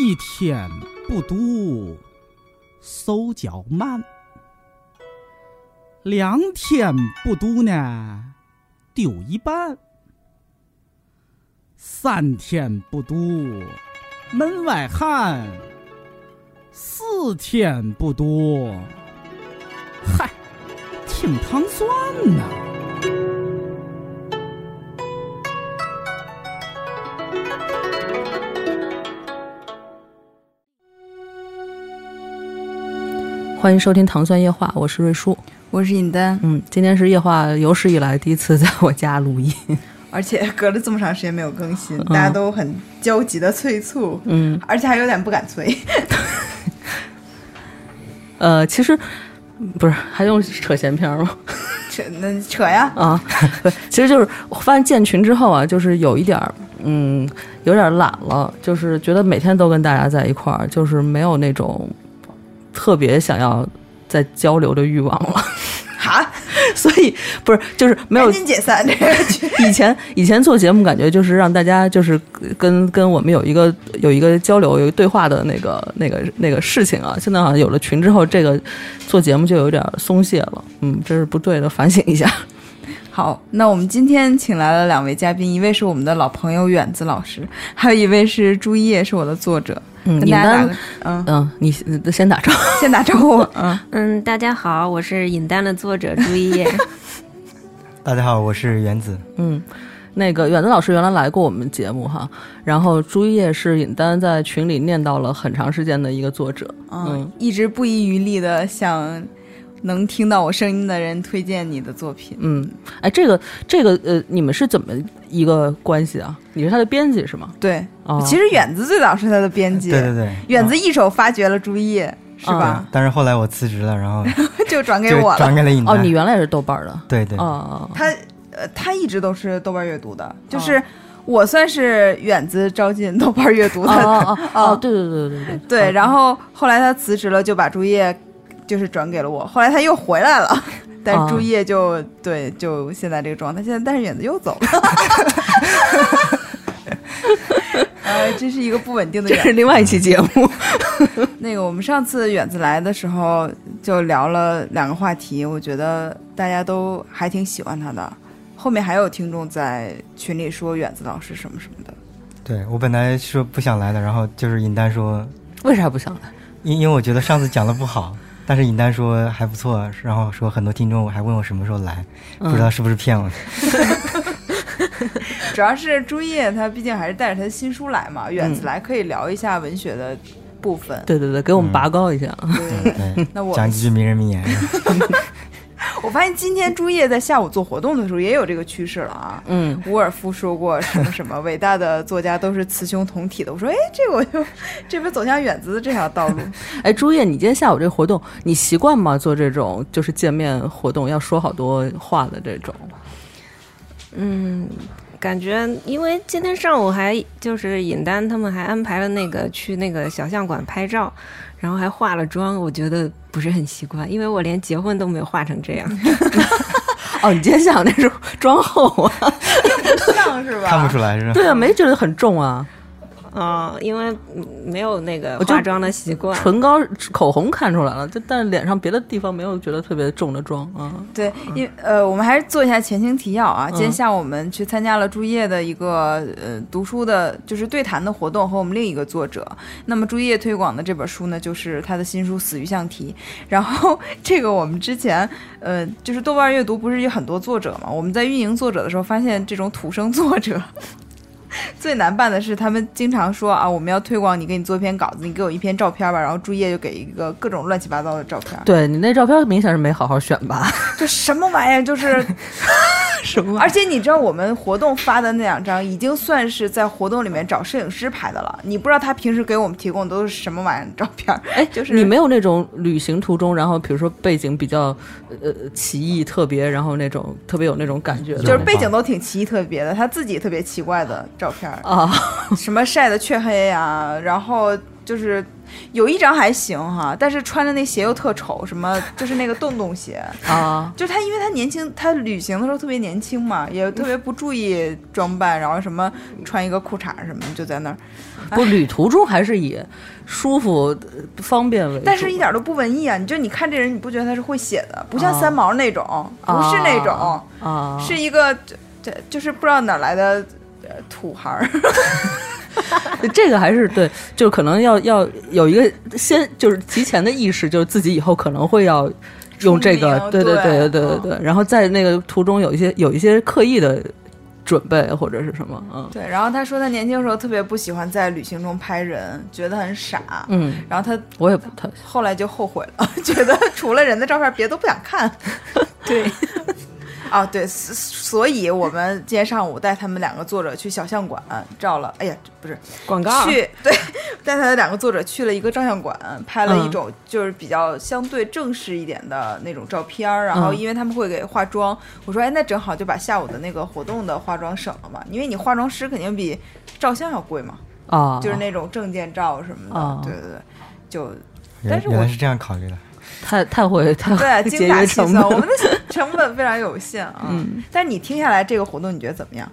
一天不读，手脚慢；两天不读呢，丢一半；三天不读，门外汉；四天不读，嗨，挺糖蒜呐、欢迎收听《糖蒜夜话》，我是瑞舒。我是尹丹，嗯，今天是夜话有史以来第一次在我家录音。而且 隔了这么长时间没有更新，大家都很焦急的催促，嗯，而且还有点不敢催， 呃，其实嗯不是还用扯闲篇儿吗？扯那扯呀，啊，不，其实就是我发现建群之后啊，就是有一点儿，嗯，有点儿懒了，就是觉得每天都跟大家在一块儿，就是没有那种特别想要再交流的欲望了。哈， 所以不是就是没有赶紧解散这个群，以前以前做节目，感觉就是让大家就是跟跟我们有一个有一个交流、有一个对话的那个那个那个事情啊。现在好像有了群之后，这个做节目就有点松懈了。嗯，这是不对的，反省一下。好，那我们今天请来了两位嘉宾，一位是我们的老朋友远子老师，还有一位是朱叶，是我的作者，嗯，跟你大家打们个嗯，嗯，你先先打招呼。 先打招呼，嗯，嗯，大家好，我是尹丹的作者朱一叶。大家好，我是原子。嗯，那个远子老师原来来过我们节目哈，然后朱叶是尹丹在群里念叨了很长时间的一个作者。嗯嗯，一直不遗余力的向能听到我声音的人推荐你的作品，嗯，哎，这个这个呃，你们是怎么一个关系啊？你是他的编辑是吗？对，哦其实远子最早是他的编辑，对嗯对对，远子啊一手发掘了朱叶，是吧？但是后来我辞职了，然后 就转给就我了转。给了尹哦，丹。你原来也是豆瓣儿的。对 对，哦，他呃，他一直都是豆瓣阅读的，就是我算是远子招进豆瓣阅读哦的，哦哦哦哦，对对对对对 对。哦然后后来他辞职了，就把朱叶就是转给了我。后来他又回来了， 但哦是朱叶就、对，就现在这个状态。现在但是远子又走了。 呃，这是一个不稳定的这远是另外一期节目。那个，我们上次远子来的时候就聊了两个话题，我觉得大家都还挺喜欢他的。后面还有听众在群里说远子老师什么什么的，对我本来说不想来的，然后就是尹丹说， 为啥不想来？因因为我觉得上次讲的不好，但是尹丹说还不错，然后说很多听众还问我什么时候来，不知道是不是骗我。主要是朱叶他毕竟还是带着他的新书来嘛，远子来可以聊一下文学的部分。对对对，给我们拔高一下。对，对，那我讲几句名人名言。我发现今天朱叶在下午做活动的时候也有这个趋势了 啊。嗯，伍尔夫说过什么什么伟大的作家都是雌雄同体的，我说哎，这个我就这不是走向远子的这条 道路。哎，朱叶，你今天下午这活动，你习惯吗？做这种就是见面活动要说好多话的这种？ 嗯，感觉因为今天上午还就是尹丹他们还安排了那个去那个小相馆拍照，然后还化了妆，我觉得不是很习惯，因为我连结婚都没有化成这样。 哦，你今天下午那是妆后啊？像是吧？看不出来是吧？ 对啊，没觉得很重啊，啊、因为嗯没有那个我就化妆的习惯。唇膏、口红看出来了，就但是脸上别的地方没有觉得特别重的妆啊。对，因呃，我们还是做一下前情提要啊。今天嗯下午我们去参加了朱叶的一个呃读书的，就是对谈的活动和我们另一个作者。那么朱叶推广的这本书呢，就是他的新书《死鱼象题》。然后这个我们之前呃，就是豆瓣阅读不是有很多作者嘛？我们在运营作者的时候发现，这种土生作者 最难办的是，他们经常说啊，我们要推广你，给你做一篇稿子，你给我一篇照片吧。然后朱叶就给一个各种乱七八糟的照片，对你那照片明显是没好好选 吧？ 就什么玩意儿，就是什么而且你知道我们活动发的那两张，已经算是在活动里面找摄影师拍的了。你不知道他平时给我们提供的都是什么玩意儿的照片儿，哎， 就是你没有那种旅行途中，然后比如说背景比较呃奇异特别，然后那种特别有那种感觉的，就是背景都挺奇异特别的，他自己特别奇怪的照片儿，啊，什么晒的雀黑啊，然后就是有一张还行哈，但是穿着那鞋又特丑，什么就是那个洞洞鞋，啊，就是他，因为他年轻，他旅行的时候特别年轻嘛，也特别不注意装扮，然后什么穿一个裤衩什么就在那儿， 不，旅途中还是以舒服、呃方便为主。但是一点都不文艺啊！你就你看这人，你不觉得他是会写的，不像三毛那种，不是那种，啊，是一个这这就是不知道哪来的呃土孩儿。 这个还是对，就是可能要要有一个先就是提前的意识，就是自己以后可能会要用这个出，名对对对对对嗯对对对。然后在那个途中有一些有一些刻意的准备或者是什么，嗯对，然后他说他年轻的时候特别不喜欢在旅行中拍人，觉得很傻。嗯，然后他我也不太后来就后悔了， 觉得除了人的照片，别都不想 看。 对，啊，对，所所以我们今天上午带他们两个作者去小象馆照了，哎呀，不是广啊告去对，带他们两个作者去了一个照相馆，拍了一嗯种就是比较相对正式一点的那种照片儿。然后嗯因为他们会给化妆，我说哎，那正好就把下午的那个活动的化妆省了嘛，因为你化妆师肯定比照相要贵嘛，啊，就是那种证件照什么的，啊对对对， 就但原是我原来是这样考虑的。太太会太会对，啊节精打约细算成，本，嗯我们的成本非常有限啊。但是你听下来这个活动，你觉得怎么样？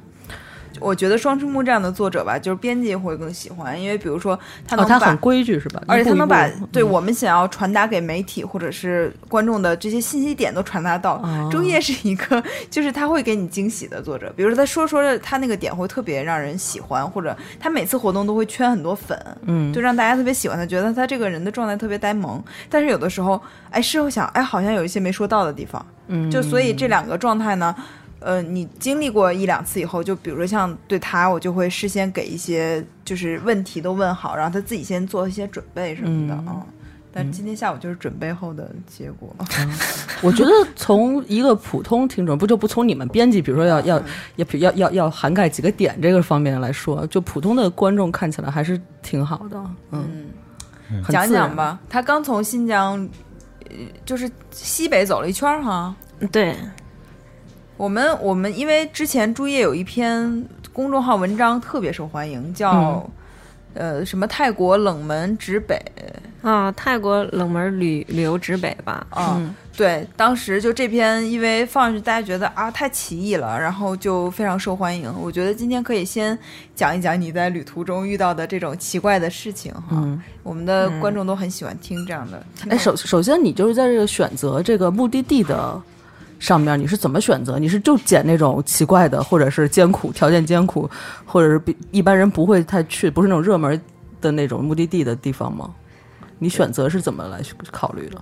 我觉得双之木这样的作者吧，就是编辑会更喜欢，因为比如说他哦，能他把，很规矩是吧？而且他一步一能步嗯把对我们想要传达给媒体或者是观众的这些信息点都传达到。哦周烨是一个，就是他会给你惊喜的作者。比如说他说说着他那个点会特别让人喜欢，或者他每次活动都会圈很多粉，嗯就让大家特别喜欢他，觉得他这个人的状态特别呆萌。但是有的时候，哎，事后想，哎，好像有一些没说到的地方，嗯就所以这两个状态呢，呃，你经历过一两次以后，就比如说像对他，我就会事先给一些就是问题都问好，然后他自己先做一些准备什么的嗯啊。但今天下午就是准备后的结果，我觉得从一个普通听众，不就不从你们编辑，比如说要嗯要要要要要涵盖几个点这个方面来说，就普通的观众看起来还是挺好的，嗯，嗯，很讲自然讲。吧。他刚从新疆，呃就是西北走了一圈儿哈。对，我们我们因为之前朱叶有一篇公众号文章特别受欢迎，嗯叫、呃什么泰国冷门指北啊，泰国冷门旅旅游指北吧，啊、嗯对，当时就这篇因为放上去，大家觉得啊太奇异了，然后就非常受欢迎。我觉得今天可以先讲一讲你在旅途中遇到的这种奇怪的事情哈，嗯，我们的观众都很喜欢听这样的。哎，首首先你就是在这个选择这个目的地的上面，你是怎么选择？你是就捡那种奇怪的，或者是艰苦条件艰苦，或者是比一般人不会太去，不是那种热门的那种目的地的地方吗？你选择是怎么来考虑的？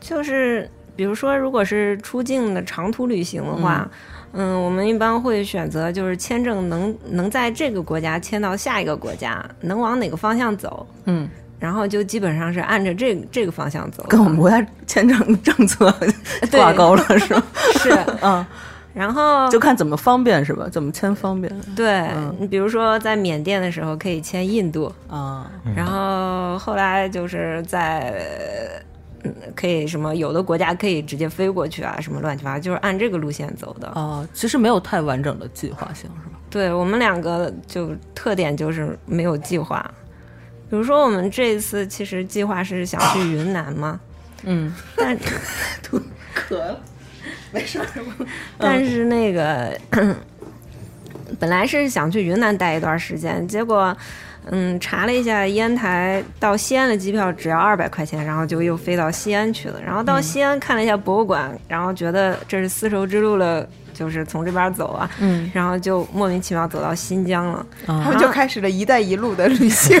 就是比如说，如果是出境的长途旅行的话，嗯我们一般会选择就是签证能能在这个国家签到下一个国家，能往哪个方向走，嗯，然后就基本上是按着这个这个方向走的，跟我们国家签证政策对 挂钩了是吧？是，嗯，然后就看怎么方便是吧？怎么签方便对嗯，你比如说在缅甸的时候可以签印度，啊？然后后来就是在。嗯，可以什么？有的国家可以直接飞过去啊，什么乱七八糟，就是按这个路线走的。哦，其实没有太完整的计划性是吧？对我们两个就特点就是没有计划。比如说，我们这一次其实计划是想去云南嘛，嗯，但 但是那个本来是想去云南待一段时间，结果嗯查了一下，烟台到西安的机票只要二百块钱，然后就又飞到西安去了。然后到西安看了一下博物馆，然后觉得这是丝绸之路了，就是从这边走啊，嗯，然后就莫名其妙走到新疆了。啊他们就开始了一带一路的旅 行，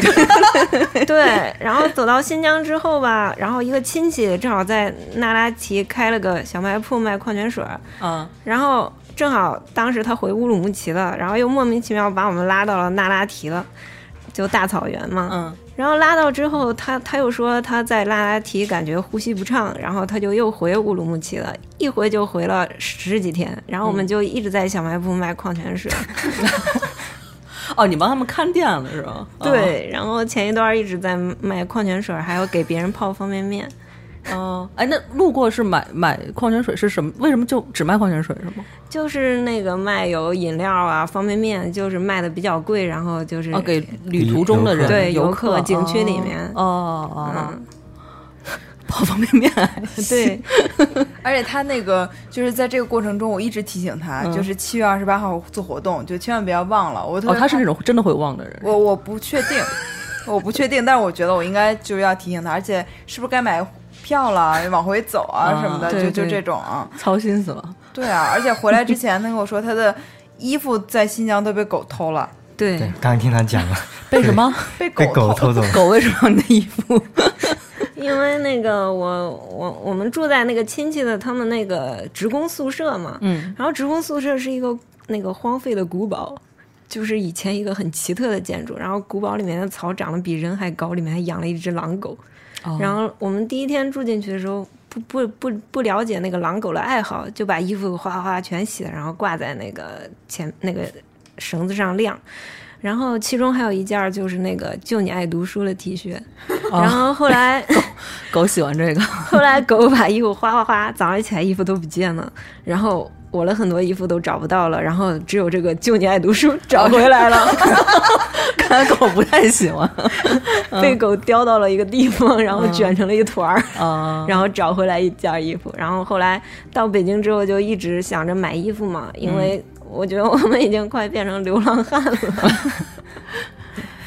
对，然后走到新疆之后吧，然后一个亲戚正好在那拉提开了个小卖铺卖矿泉水儿， 嗯啊，然后正好当时他回乌鲁木齐了，然后又莫名其妙把我们拉到了那拉提了， 就大草原嘛。嗯然后拉到之后，他他又说他在那拉提感觉呼吸不畅，然后他就又回乌鲁木齐了，一回就回了十几天。然后我们就一直在小卖部卖矿泉水，哦，你帮他们看店了是吧？对，然后前一段一直在卖矿泉水，还有给别人泡方便面。哦，哎，那路过是买买矿泉水是什么？为什么就只卖矿泉水是吗？就是那个卖有饮料啊、方便面，就是卖的比较贵，然后就是、哦，给旅途中的人，对游嗯客景区里面哦哦哦，嗯，泡 方便面， 对，而且他那个就是在这个过程中，我一直提醒他，嗯就是七月二十八号做活动，就千万不要忘了。我特哦，别他是怕那种真的会忘的人，我我不确定，我不确定，但是我觉得我应该就是要提醒他，而且是不是该买票了，往回走啊啊什么的，对就就对这种啊。操心死了。对啊，而且回来之前，他跟我说他的衣服在新疆都被狗偷了，对对，刚才听他讲了，被什么？被 被偷狗偷走了。狗为什么要你的衣服？因为那个我我我们住在那个亲戚的他们那个职工宿舍嘛，嗯，然后职工宿舍是一个那个荒废的古堡，就是以前一个很奇特的建筑。然后古堡里面的草长得比人还高，里面还养了一只狼狗。哦然后我们第一天住进去的时候，不不不不了解那个狼狗的爱好，就把衣服哗哗哗全洗了，然后挂在那个前那个绳子上晾。然后其中还有一件儿就是那个“就你爱读书”的 T 恤，哦然后后来狗喜欢这个，后来狗把衣服哗哗哗，早上起来衣服都不见了，然后我了很多衣服都找不到了，然后只有这个“就你爱读书”找回来了，看来狗不太喜 欢被狗叼到了一个地方，然后卷成了一团儿，啊。然后找回来一件衣服，然后后来到北京之后就一直想着买衣服嘛，因为我觉得我们已经快变成流浪汉了，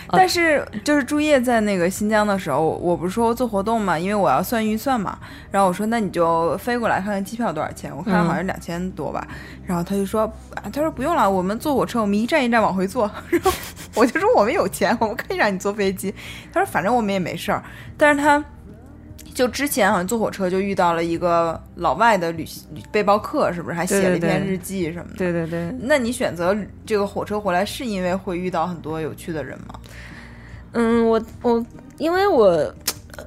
但是就是朱叶在那个新疆的时候，我我不是说做活动嘛，因为我要算预算嘛。然后我说那你就飞过来看看机票多少钱，我看好像嗯两千多吧。然后他就说，啊他说不用了，我们坐火车，我们一站一站往回坐。 然后我就说我们有钱，我们可以让你坐飞机。他说反正我们也没事儿。但是他就之前好像坐火车就遇到了一个老外的旅行背包客，是不是还写了一对对篇对日记什么的？对对对。那你选择这个火车回来，是因为会遇到很多有趣的人吗？嗯，我我因为我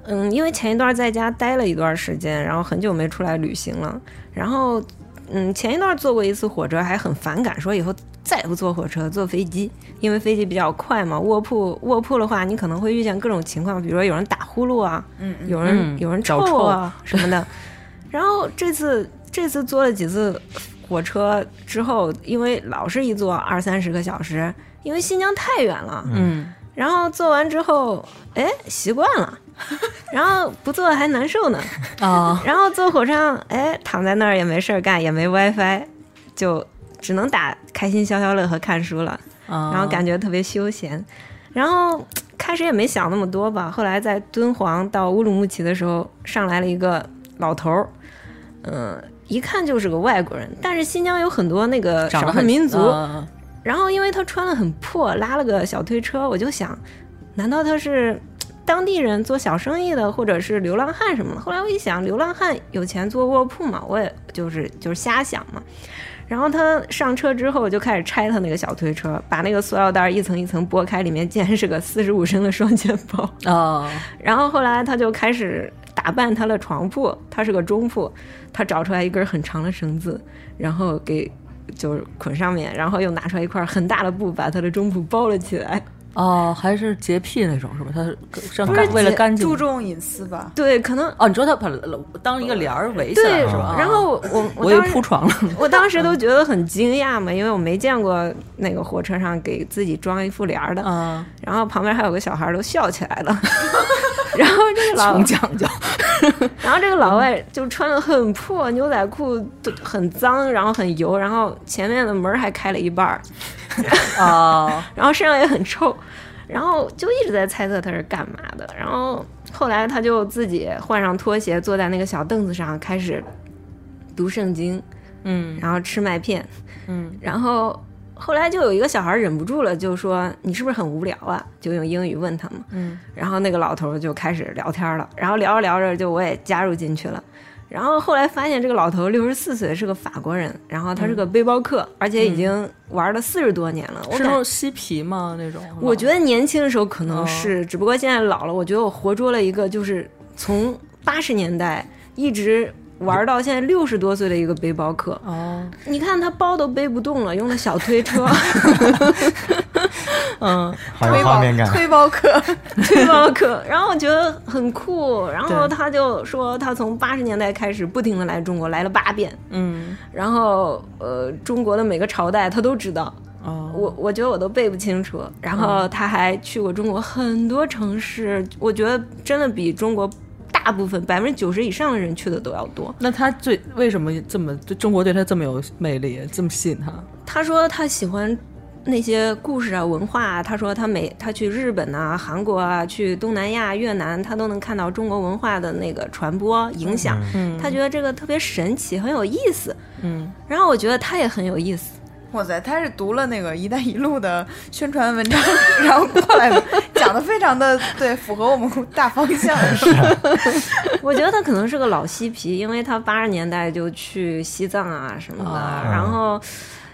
嗯，因为前一段在家待了一段时间，然后很久没出来旅行了，然后嗯，前一段坐过一次火车，还很反感，说以后再也不坐火车，坐飞机，因为飞机比较快嘛。卧铺卧铺的话，你可能会遇见各种情况，比如说有人打呼噜啊，嗯嗯。有人、嗯有人脚臭啊什 么的。然后这次这次坐了几次火车之后，因为老是一坐二三十个小时，因为新疆太远了，嗯，然后做完之后，哎，习惯 了，然后不做还难受呢。啊，然后坐火车上，哎，躺在那儿也没事儿干，也没 WiFi，就只能打开心消消乐和看书了，然然后感觉特别休闲。然后开始也没想那么多吧，后来在敦煌到乌鲁木齐的时候，上来了一个老头儿，嗯、一看就是个外国人，但是新疆有很多那个长少得数很民族，啊然后因为他穿的很破，拉了个小推车，我就想，难道他是嘖当地人做小生意的，或者是流浪汉什么的？后来我一想，流浪汉有钱做卧铺嘛，我也就是 就是瞎想嘛。然后他上车之后，我就开始拆他那个小推车，把那个塑料袋一层一层剥开，里面竟然是个四十五升的双肩包。啊，然后后来他就开始打扮他的床铺，他是个中铺，他找出来一根很长的绳子，然后给就是捆上面，然后又拿出来一块很大的布把他的中铺包了起来。哦，还是洁癖那种是吧？他是像不是为了干净注重隐私吧。 对，可能哦，你说他把当一个帘儿围起来对，是吧？啊然后我我我我以当为时铺床了，我当时都觉得很惊讶嘛，因为我没见过那个火车上给自己装一副帘儿 的，啊，然后旁边还有个小孩儿都笑起来了。 然后这个老挺讲究，然后这个老外就穿的很破，牛仔裤都很脏，然后很油，然后前面的门还开了一半儿，啊， 然后身上也很臭，然后就一直在猜测他是干嘛的。然后后来他就自己换上拖鞋，坐在那个小凳子上开始读圣经，嗯然后吃麦片，嗯，然后后来就有一个小孩忍不住了，就说：“你是不是很无聊啊？”就用英语问他嘛。嗯。然后那个老头就开始聊天了，然后聊着聊着就我也加入进去了。然后后来发现这个老头六十四岁，是个法国人，然后他是个背包客，而且已经玩了四十多年了。嗯我是感那种嬉皮吗？哦那种？我觉得年轻的时候可能是，只不过现在老了，我觉得我活捉了一个就是从八十年代一直玩到现在六十多岁的一个背包客。哦， 你看他包都背不动了，用的小推车。嗯，好有推画包面 感。推包客，推包客，然后我觉得很酷，然后对他就说他从八十年代开始不停的来中国，来了八遍，嗯，然后呃中国的每个朝代他都知道，哦，我我觉得我都背不清楚。然后他还去过中国很多城市，我觉得真的比中国大部分百分之九十以上的人去的都要多。那他最为什么这么对中国对他这么有魅力，这么吸引他？他说他喜欢那些故事啊、文化啊。他说他每他去日本啊、韩国啊、去东南亚、越南，他都能看到中国文化的那个传播影响。嗯他觉得这个特别神奇，很有意思。嗯，然后我觉得他也很有意思。哇塞，他是读了那个“一带一路”的宣传文章， 然后过来的，讲的非常的对，符合我们大方向。 我觉得他可能是个老嬉皮，因为他八十年代就去西藏啊什么的，啊然后。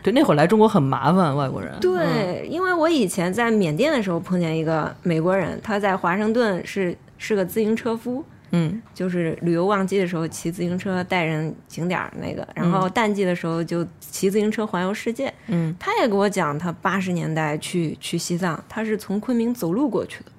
对，那会儿来中国很麻烦，外国人。对，因为我以前在缅甸的时候碰见一个美国人，他在华盛顿是是个自行车夫，嗯，就是旅游旺季的时候骑自行车带人景点儿那个，然后淡季的时候就骑自行车环游世界。嗯，他也给我讲，他八十年代去去西藏，他是从昆明走路过去的。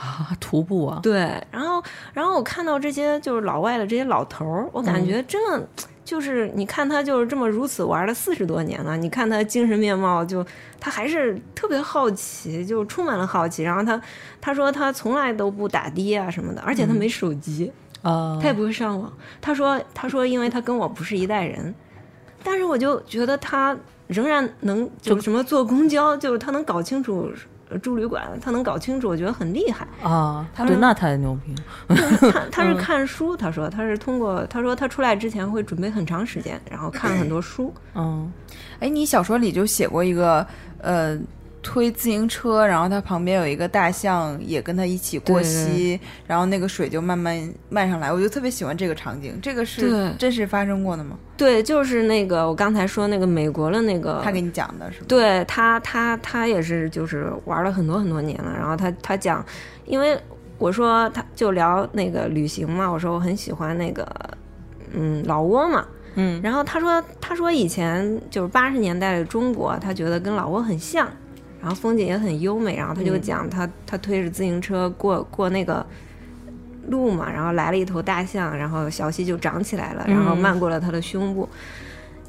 啊，徒步啊，对，然后然后我看到这些就是老外的这些老头儿，我感觉真的。就是你看他就是这么如此玩了四十多年了，你看他精神面貌就，他还是特别好奇，就充满了好奇。然后他他说他从来都不打的啊什么的，而且他没手机，啊，嗯他也不会上网。他说，他说，因为他跟我不是一代人，但是我就觉得他仍然能就什么坐公交，就是他能搞清楚呃住旅馆，他能搞清楚，我觉得很厉害。啊，对，那太牛逼了。他他嗯是看书，他说他是通过，他说他出来之前会准备很长时间，然后看很 多书。嗯，哎，你小说里就写过一个，呃，推自行车，然后它旁边有一个大象也跟它一起过对对溪，然后那个水就慢慢漫上来，我就特别喜欢这个场景。这个是对真实发生过的吗？对，就是那个我刚才说那个美国的那个，他给你讲的是吗？对他，他他也是，就是玩了很多很多年了。然后他他讲，因为我说他就聊那个旅行嘛，我说我很喜欢那个嗯老挝嘛，嗯，然后他说他说以前就是八十年代的中国，他觉得跟老挝很像，然后风景也很优美。然后他就讲他、他推着自行车过过那个。路嘛，然后来了一头大象，然后小溪就长起来了，然后嗯漫过了他的胸部。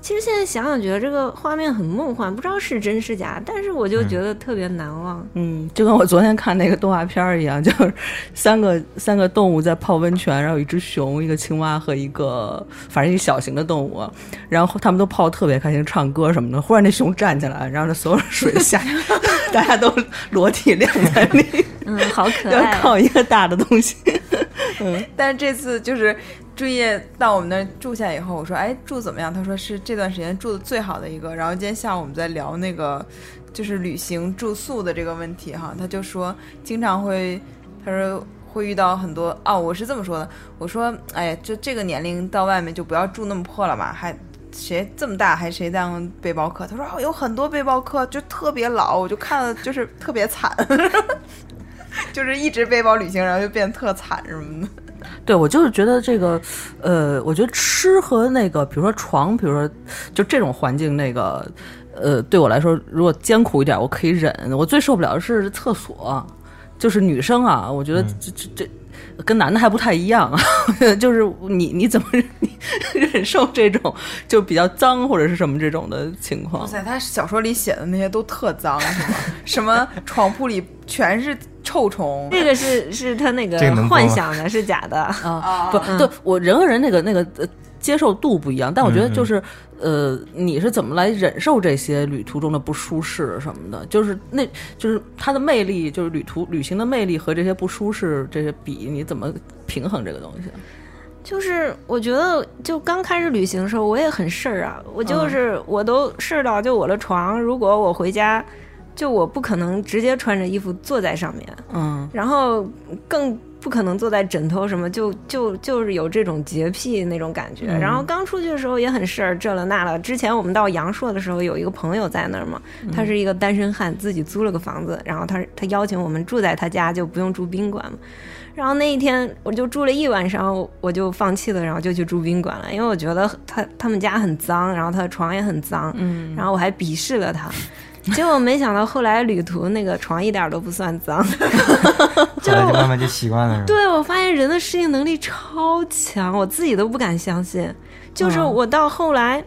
其实现在想想，觉得这个画面很梦幻，不知道是真是假，但是我就觉得特别难忘。嗯，就跟我昨天看那个动画片儿一样， 就是三个三个动物在泡温泉，然后有一只熊、一个青蛙和一个反正一个小型的动物，然后他们都泡得特别开心，唱歌什么的。忽然那熊站起来，然后那所有水下， 大家都裸体晾在那里，嗯，好可要爱。靠一个大的东西。但是这次就是朱叶到我们那儿住下以后，我说：“哎，住怎么样？”他说是这段时间住的最好的一个。然后今天下午我们在聊那个就是旅行住宿的这个问题哈，他就说经常会，他说。会遇到很多哦，我是这么说的。我说，哎，就这个年龄到外面就不要住那么破了嘛，还谁这么大还谁当背包客？他说、哦、有很多背包客就特别老，我就看了就是特别惨， 就是一直背包旅行，然后就变得特惨什么的。对，我就是觉得这个，呃，我觉得吃和那个，比如说床，比如说就这种环境，那个，呃，对我来说，如果艰苦一点，我可以忍。我最受不了的是厕所，就是女生啊，我觉得这这这。跟男的还不太一样，啊 就是你你怎么 忍你忍受这种就比较脏或者是什么这种的情况哇？塞，他小说里写的那些都特脏，是吗？ 什么床铺里全是臭虫， 这个是是他那个这个能播吗幻想的，是假的。哦啊，不，嗯对我人和人那个那个呃接受度不一样，但我觉得就是呃，你是怎么来忍受这些旅途中的不舒适什么的？就是那就是它的魅力，就是旅途旅行的魅力和这些不舒适这些比，你怎么平衡这个东西？啊就是我觉得，就刚开始旅行的时候，我也很事儿啊，我就是、我都事儿到，就我的床，如果我回家，就我不可能直接穿着衣服坐在上面，嗯然后更不可能坐在枕头什么，就就就是有这种洁癖那种感觉。嗯然后刚出去的时候也很事儿，这了那了。之前我们到阳朔的时候，有一个朋友在那儿嘛，嗯他是一个单身汉，自己租了个房子，然后他他邀请我们住在他家，就不用住宾馆嘛。然后那一天我就住了一晚上，我就放弃了，然后就去住宾馆了，因为我觉得他他们家很脏，然后他的床也很脏，嗯然后我还鄙视了他。结果没想到后来旅途那个床一点儿都不算脏，后来就慢慢就习惯了，是吧？对，我发现人的适应能力超强，我自己都不敢相信。就是我到后来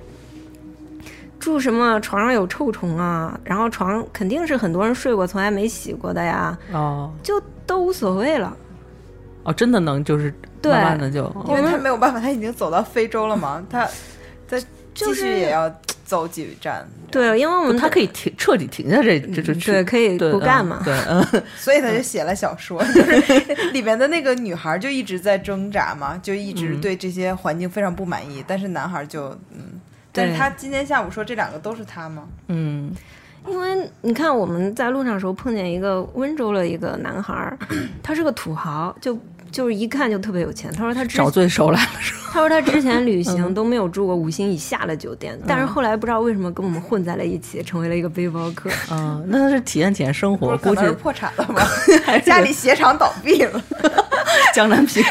住什么床上有臭虫啊，然后床肯定是很多人睡过从来没洗过的呀，哦就都无所谓了。哦，真的能就是对哦慢慢的就因为他没有办法，他已经走到非洲了嘛， 他他继就续是也要走几站，对，因为我们他可以停彻底停下这这这嗯对可以不干嘛。 对，嗯所以他就写了小说，就是 里面的那个女孩就一直在挣扎嘛，就一直嗯对这些环境非常不满意，但是男孩就嗯，但是对他今天下午说这两个都是他吗？嗯因为你看我们在路上的时候碰见一个温州的一个男孩儿，他是个土豪，就就是一看就特别有钱。他说他之找最熟来的时候，他说他之前旅行都没有住过五星以下的酒店，但是后来不知道为什么跟我们混在了一起，成为了一个背包客。嗯，那他是体验体验生不活，是，可估能计 是破产了吧？家里鞋厂倒闭了， 江南皮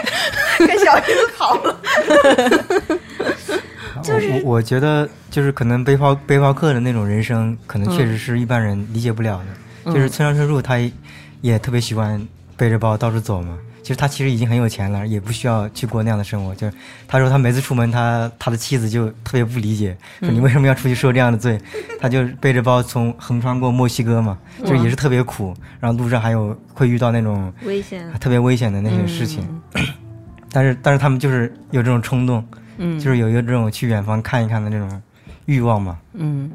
跟小姨子跑了。我我我觉得就是可能背包背包客的那种人生，可能确实是一般人理解不了的。就是村上春树，他也也特别喜欢背着包到处走嘛。其实他其实已经很有钱了，也不需要去过那样的生活。就是他说他每次出门，他他的妻子就特别不理解，说你为什么要出去受这样的罪？他就背着包从横穿过墨西哥嘛，就是也是特别苦。然后路上还有会遇到那种危险，啊特别危险的那些事情。 但是但是他们就是有这种冲动，嗯，就是有一个这种去远方看一看的这种欲望嘛。 嗯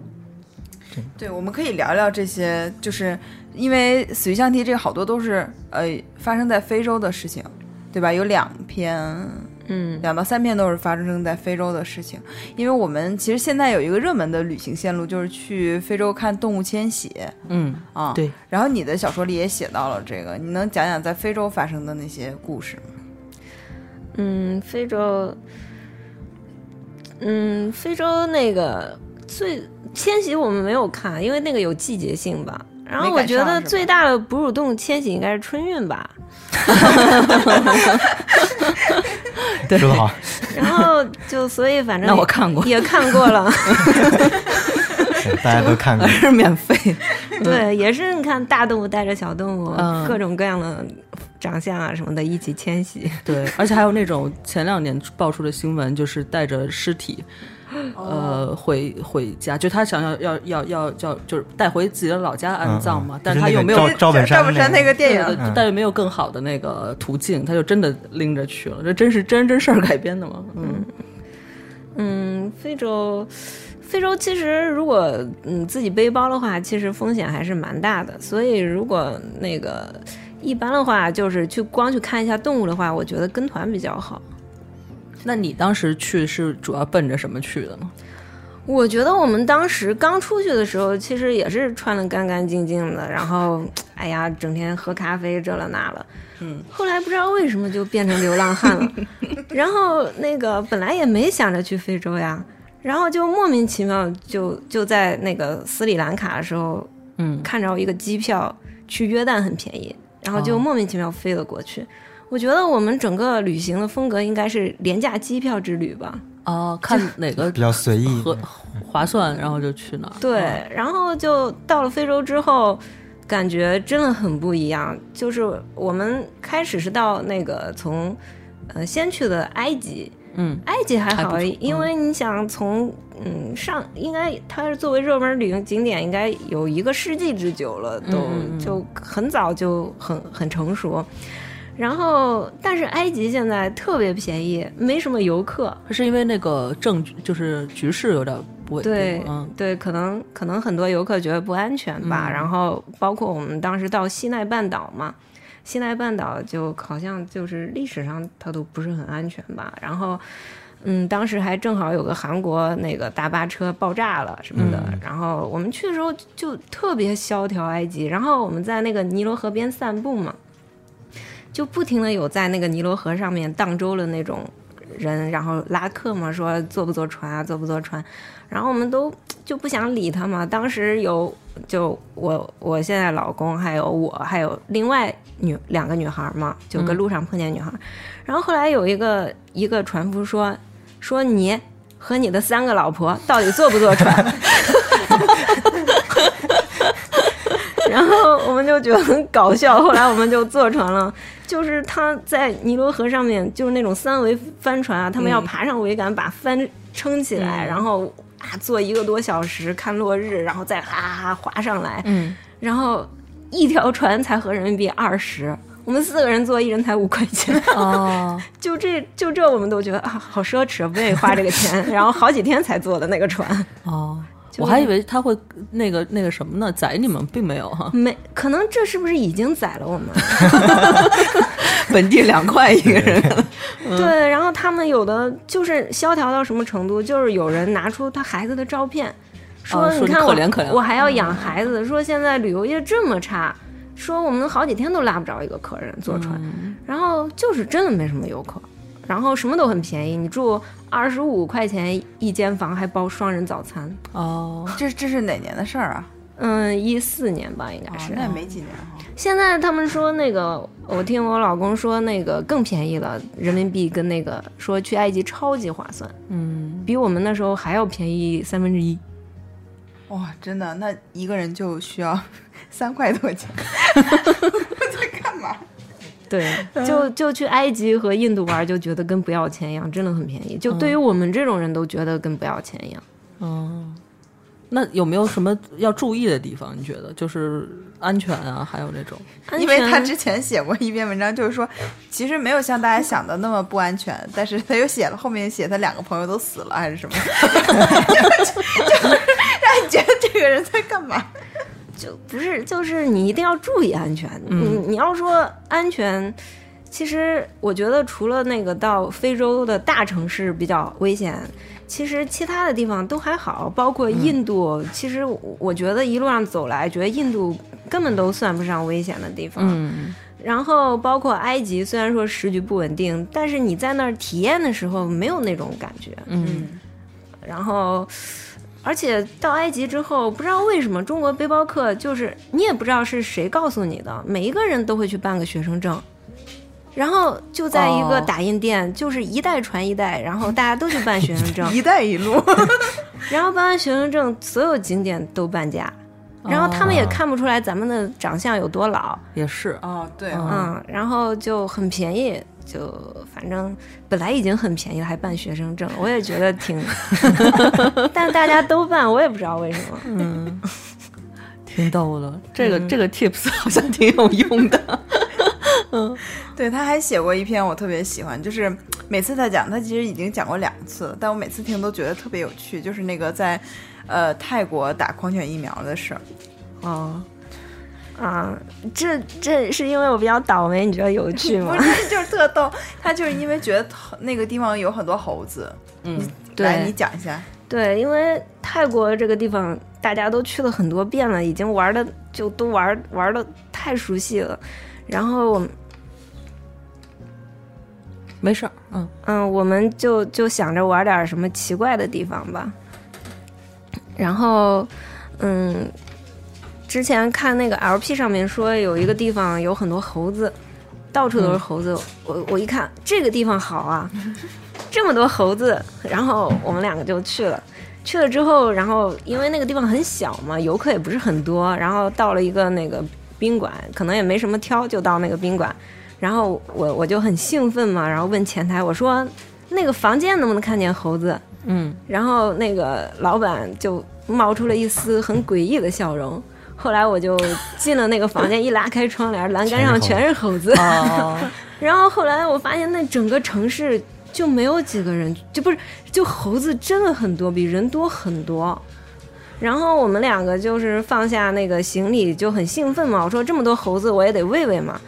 对，我们可以聊聊这些，就是因为死鱼象题这个好多都是呃发生在非洲的事情，对吧？有两篇，嗯，两到三篇都是发生在非洲的事情。因为我们其实现在有一个热门的旅行线路，就是去非洲看动物迁徙嗯，啊。对。然后你的小说里也写到了这个，你能讲讲在非洲发生的那些故事吗？嗯，非洲，嗯，非洲那个最迁徙我们没有看，因为那个有季节性吧。然后没我赶觉上得是吧最大的哺乳动物迁徙应该是春运吧。对说得好，然后就所以反正那我看过也看过了。对大家都看过而。是免费，对，也是你看大动物带着小动物，嗯各种各样的长相啊什么的一起迁徙。 对，而且还有那种前两年爆出的新闻，就是带着尸体，呃，回回家，就他想要要要要要，就是带回自己的老家安葬嘛，嗯嗯但是他就是那有个没有赵赵本山赵本山那那个个电对影，对但是没有更好的那个途径，他就真的拎着去了，这真是真人真事儿改编的嘛，嗯嗯，非洲，非洲其实如果嗯自己背包的话，其实风险还是蛮大的。所以如果那个一般的话，就是去光去看一下动物的话，我觉得跟团比较好。那你当时去是主要奔着什么去的吗？我觉得我们当时刚出去的时候，其实也是穿的干干净净的，然后哎呀，整天喝咖啡这了那了。嗯，后来不知道为什么就变成流浪汉了，然后那个本来也没想着去非洲呀，然后就莫名其妙就就在那个斯里兰卡的时候，嗯，看着一个机票去约旦很便宜，然后就哦莫名其妙飞了过去。我觉得我们整个旅行的风格应该是廉价机票之旅吧。哦，看哪个比较随意，合嗯划算，然后就去哪儿。哦对，然后就到了非洲之后，感觉真的很不一样。就是我们开始是到那个从，呃，先去的埃及，嗯，埃及还还不好，错因为你想从嗯上，应该它是作为热门旅游景点，应该有一个世纪之久了，都嗯嗯嗯就很早就很很成熟。然后，但是埃及现在特别便宜，没什么游客，嗯，是因为那个政局就是局势有点不稳定，对、嗯对，可能可能很多游客觉得不安全吧。嗯然后包括我们当时到西奈半岛嘛，西奈半岛就好像就是历史上它都不是很安全吧。然后，嗯，当时还正好有个韩国那个大巴车爆炸了什么的。嗯然后我们去的时候就特别萧条埃及，然后我们在那个尼罗河边散步嘛。就不停的有在那个尼罗河上面荡舟的那种人，然后拉客嘛，说坐不坐船啊，坐不坐船，然后我们都就不想理他嘛。当时有就我我现在老公还有我还有另外女两个女孩嘛，就跟路上碰见女孩，然后后来有一个一个船夫说说你和你的三个老婆到底坐不坐船？ 然后我们就觉得很搞笑，后来我们就坐船了。就是他在尼罗河上面，就是那种三维帆船啊，他们要爬上桅杆把帆撑起来，嗯然后啊坐一个多小时看落日，然后再哈哈哈划上来，嗯，然后一条船才合人民币二十。我们四个人坐，一人才五块钱， 哦，就这就这，我们都觉得啊，好奢侈，不愿意花这个钱。然后好几天才坐的那个船，哦，就，我还以为他会那个那个什么呢，宰你们，并没有哈 没可能这是不是已经宰了我们？本地两块一个 人，嗯对，然后他们有的就是萧条到什么程度，就是有人拿出他孩子的照片，哦说你你看可我怜可怜嗯我还要养孩子，说现在旅游业这么差，说我们好几天都拉不着一个客人坐船，嗯然后就是真的没什么游客。然后什么都很便宜，你住二十五块钱一间房，还包双人早餐。哦，这这是哪年的事儿啊？嗯，一四年吧，应该哦是。啊那也没几年哈。现在他们说那个，我听我老公说那个更便宜了，人民币跟那个说去埃及超级划算，嗯，比我们那时候还要便宜三分之一。哇，真的，那一个人就需要 三块多钱。在干嘛？对，就就去埃及和印度玩，就觉得跟不要钱一样，真的很便宜。就对嗯于我们这种人都觉得跟不要钱一样。哦，那有没有什么要注意的地方？你觉得就是安全啊，还有这种，安因为他全之前写过一篇文章，就是说，其实没有像大家想的那么不安全，但是他又写了后面写他两个朋友都死了还是什么，就是让你觉得这个人在干嘛？就不是，就是你一定要注意安全。你你要说安全，其实我觉得除了那个到非洲的大城市比较危险，其实其他的地方都还好，包括印度。其实我我觉得一路上走来，觉得印度根本都算不上危险的地方。嗯然后包括埃及，虽然说时局不稳定，但是你在那儿体验的时候没有那种感觉。嗯，然后，而且到埃及之后，不知道为什么中国背包客就是你也不知道是谁告诉你的，每一个人都会去办个学生证，然后就在一个哦打印店，就是一代传一代，然后大家都去办学生证 ，一带一路，然后办完学生证，所有景点都半价，然后他们也看不出来咱们的长相有多老，也是，哦，对哦嗯，然后就很便宜。就反正本来已经很便宜了，还办学生证，我也觉得 挺，但大家都办，我也不知道为什么。嗯，挺逗的，嗯这个、这个 tips 好像挺有用的，对，他还写过一篇我特别喜欢，就是每次他讲，他其实已经讲过两次了，但我每次听都觉得特别有趣，就是那个在呃泰国打狂犬疫苗的事儿。哦，啊，这这是因为我比较倒霉，你觉得有趣吗不？是，就是特逗。他就是因为觉得头那个地方有很多猴子， 嗯来 对你讲一下。对，因为泰国这个地方大家都去了很多遍了，已经玩的就都玩玩的太熟悉了。然后我们没事儿，嗯，嗯，我们就就想着玩点什么奇怪的地方吧。然后，嗯，之前看那个 LP 上面说有一个地方有很多猴子，到处都是猴子。我我一看这个地方好啊，这么多猴子，然后我们两个就去了。去了之后，然后因为那个地方很小嘛，游客也不是很多，然后到了一个那个宾馆，可能也没什么挑，就到那个宾馆。然后我我就很兴奋嘛，然后问前台我说那个房间能不能看见猴子？嗯，然后那个老板就冒出了一丝很诡异的笑容。后来我就进了那个房间，一拉开窗帘，栏杆上全是猴子。哦， 然后后来我发现那整个城市就没有几个人，就不是就猴子真的很多，比人多很多。然后我们两个就是放下那个行李就很兴奋嘛，我说这么多猴子我也得喂喂嘛。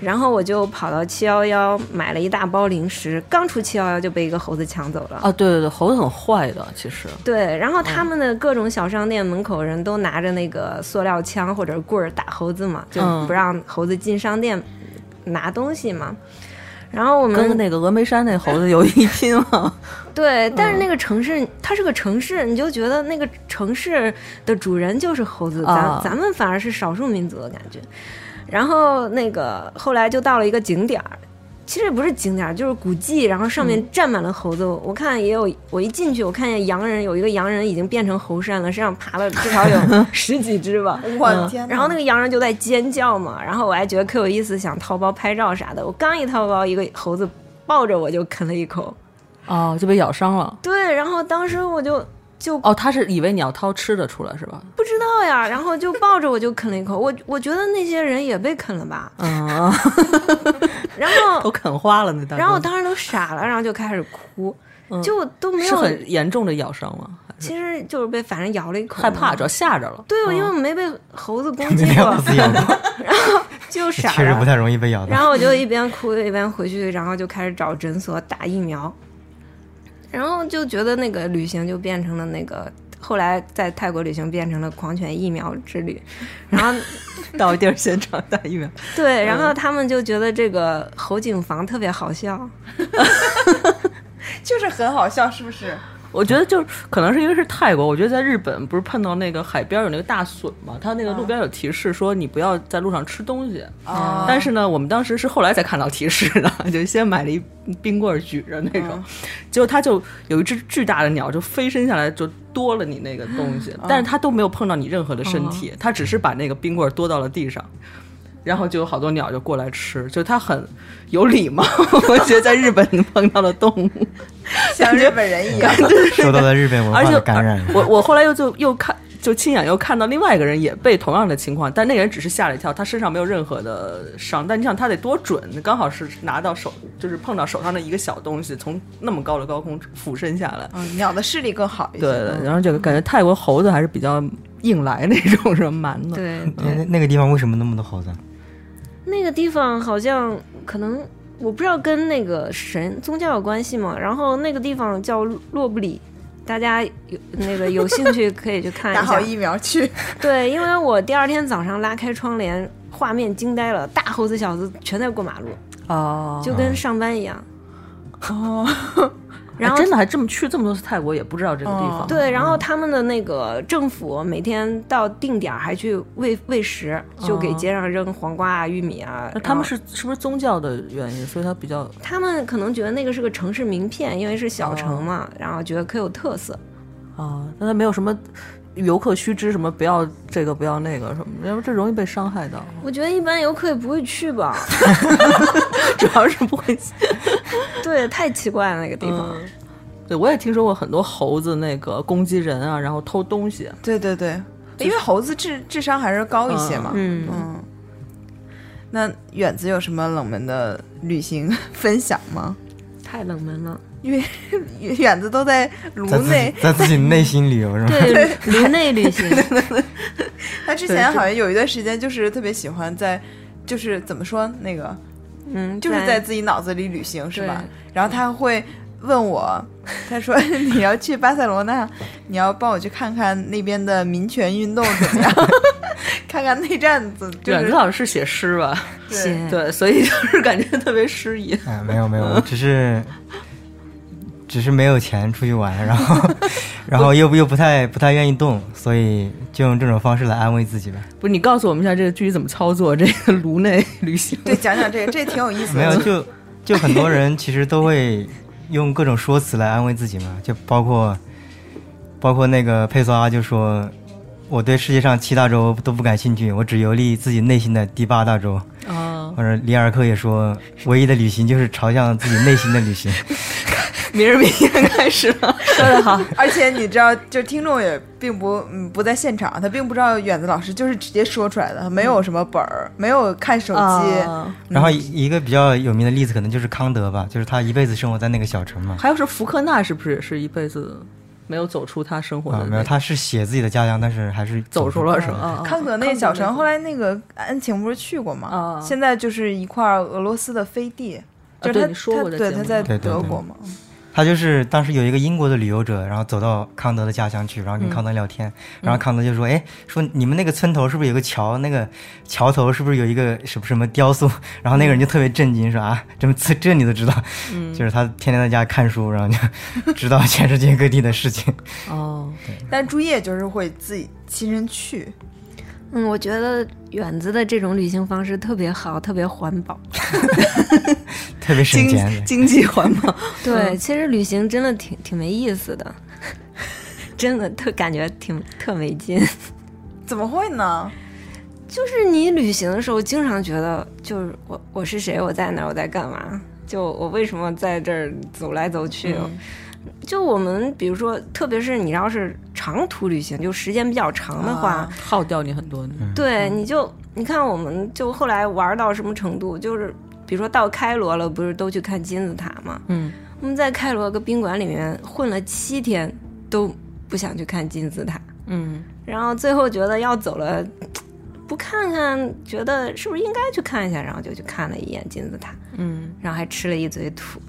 然后我就跑到七幺幺买了一大包零食，刚出七幺幺就被一个猴子抢走了。啊，对对对，猴子很坏的，其实，对，然后他们的各种小商店门口人都拿着那个塑料枪或者棍儿打猴子嘛，就嗯不让猴子进商店拿东西嘛。然后我们跟那个峨眉山那猴子有一拼了，对，但是那个城市，它是个城市，你就觉得那个城市的主人就是猴子，咱、啊咱们反而是少数民族的感觉。然后那个后来就到了一个景点儿，其实也不是景点儿，就是古迹，然后上面站满了猴子。我看也有，我一进去，我看见洋人有一个洋人已经变成猴山了，身上爬了至少有十几只吧。我的天哪！然后那个洋人就在尖叫嘛，然后我还觉得可有意思，想掏包拍照啥的。我刚一掏包，一个猴子抱着我就啃了一口， 哦，就被咬伤了。对，然后当时我就就哦，他是以为你要掏吃的出来是 吧？不知道呀，然后就抱着我就啃了一口。我我觉得那些人也被啃了吧，嗯，然后 都啃花了那大哥。然后我当时都傻了，然后就开始哭，嗯就都没是有，很严重的咬伤吗？还是其实就是被反正咬了一口，害怕，主要。吓着了。对，我因为嗯没被猴 子攻击没过有，自己咬过，就傻 确实不了。太容易被咬然到。后我就一边哭一边回去，然后就开始找诊所打疫苗，然后就觉得那个旅行就变成了那个。后来在泰国旅行变成了狂犬疫苗之旅，然后到地儿现场打疫苗。 对，然后他们就觉得这个侯景房特别好笑，就是很好笑，是不是？我觉得就是可能是因为是泰国，我觉得在日本不是碰到那个海边有那个大笋嘛，它那个嗯路边有提示说你不要在路上吃东西。啊但是呢，我们当时是后来才看到提示的， 就先买了一冰棍儿举着那种，结果它就有一只巨大的鸟就飞身下来就多了你那个东西，但是它都没有碰到你任何的身体，它只是把那个冰棍儿多到了地上。然后就有好多鸟就过来吃，就它很有礼貌。 我觉得在日本碰到的动物，像日本人一样，受到了日本文化而且的感染而， 我我后来又就又看，就亲眼又看到另外一个人也被同样的情况，但那个人只是吓了一跳，他身上没有任何的伤。但你想他得多准，刚好是拿到手，就是碰到手上的一个小东西，从那么高的高空俯身下来。嗯，鸟的视力更好一些。嗯对对，然后就感觉泰国猴子还是比较硬来那种，是吧蛮的。对那嗯那那个地方为什么那么多猴子？那个地方好像可能我不知道跟那个神宗教有关系嘛，然后那个地方叫洛布里。大家有那个有兴趣可以去看 打一好下，疫苗去，对，因为我第二天早上拉开窗帘，画面惊呆了，大猴子小子全在过马路，哦就跟上班一样。哦， 然后真的还这么去这么多次泰国，也不知道这个地哦方。嗯对，然后他们的那个政府每天到定点儿还去喂喂食，就给哦街上扔黄瓜啊、玉米啊。那然他们后是是不是宗教的原因，所以他比较他们可能觉得那个是个城市名片，因为是小城嘛，然后觉得可有特色。啊，但他没有什么游客须知什么不要这个不要那个什么，要不这容易被伤害到，我觉得一般游客也不会去吧，主要是不会。对，太奇怪了那个地方。嗯 对，我也听说过很多猴子那个攻击人啊，然后偷东西。对对对， 因为猴子智智商还是高一些嘛。嗯嗯。那远子有什么冷门的旅行 分享吗？太冷门了。远远子都在颅在自己内，在自己内心旅游是吗？ 对，颅内旅行，他之前好像有一段时间就是特别喜欢在，就是怎么说那个， 嗯，就是在自己脑子里旅行是吧对？然后他会问我， 他说你要去巴塞罗那，你要帮我去看看那边的民权运动怎么样， 看看内战怎就远是嗯子老师是写诗吧？对写对，所以就是感觉特别诗意。哎，没有没有，我只是只是没有钱出去玩，然后 然后又不又不太不太愿意动，所以就用这种方式来安慰自己吧。不是你告诉我们一下这个具体怎么操作这个颅内旅行？对，讲讲这个，这挺有意思的。 没有，就就很多人其实都会用各种说辞来安慰自己嘛，就包括包括那个佩索阿就说。我对世界上七大洲都不感兴趣，我只游历自己内心的第八大洲。嗯啊，或者里尔克也说，唯一的旅行就是朝向自己内心的旅 行。 明日明天开始了，说的好。而且你知道，就听众也并不嗯不在现场，他并不知道远子老师就是直接说出来的，没有什么本儿，没有看手机。啊，然后一一个比较有名的例子可能就是康德吧，就是他一辈子生活在那个小城嘛。还有是福克纳，是不是也是一辈子没有走出他生活的啊，那没有，个他是写自己的家乡，但是还是走出了是出吧？来啊啊康德那小城，后来那个安晴不是去过吗？啊现在就是一块俄罗斯的飞地，就对是他、你说过在他对节他目在里对对德对国嘛，他就是当时有一个英国的旅游者，然后走到康德的家乡去，然后跟嗯康德聊天，然后康德就说：“哎，说你们那个村头是不是有个桥？那个桥头是不是有一个什么什么雕塑？” 然后那个人就特别震惊，说：“啊，这么这这你都知道？嗯就是他天天在家看书，然后就知道全世界各地的事情。 哦，但朱叶就是会自己亲身去，嗯，我觉得远子的这种旅行方式特别好，特别环保。特别省钱经的。经济环保。对，其实旅行真的挺挺没意思的， 真的特感觉挺特没劲。 怎么会呢？就是你旅行的时候，经常觉得就是我我是谁，我在哪儿，我在干嘛？就我为什么在这儿走来走去？就我们比如说，特别是你要是长途旅行，就时间比较长的话，啊耗掉你很多。嗯对，你就你看，我们就后来玩到什么程度，就是比如说到开罗了，不是都去看金字塔吗？嗯，我们在开罗个宾馆里面混了七天，都不想去看金字塔，嗯，然后最后觉得要走了，不看看，觉得是不是应该去看一下，然后就去看了一眼金字塔，嗯，然后还吃了一嘴土。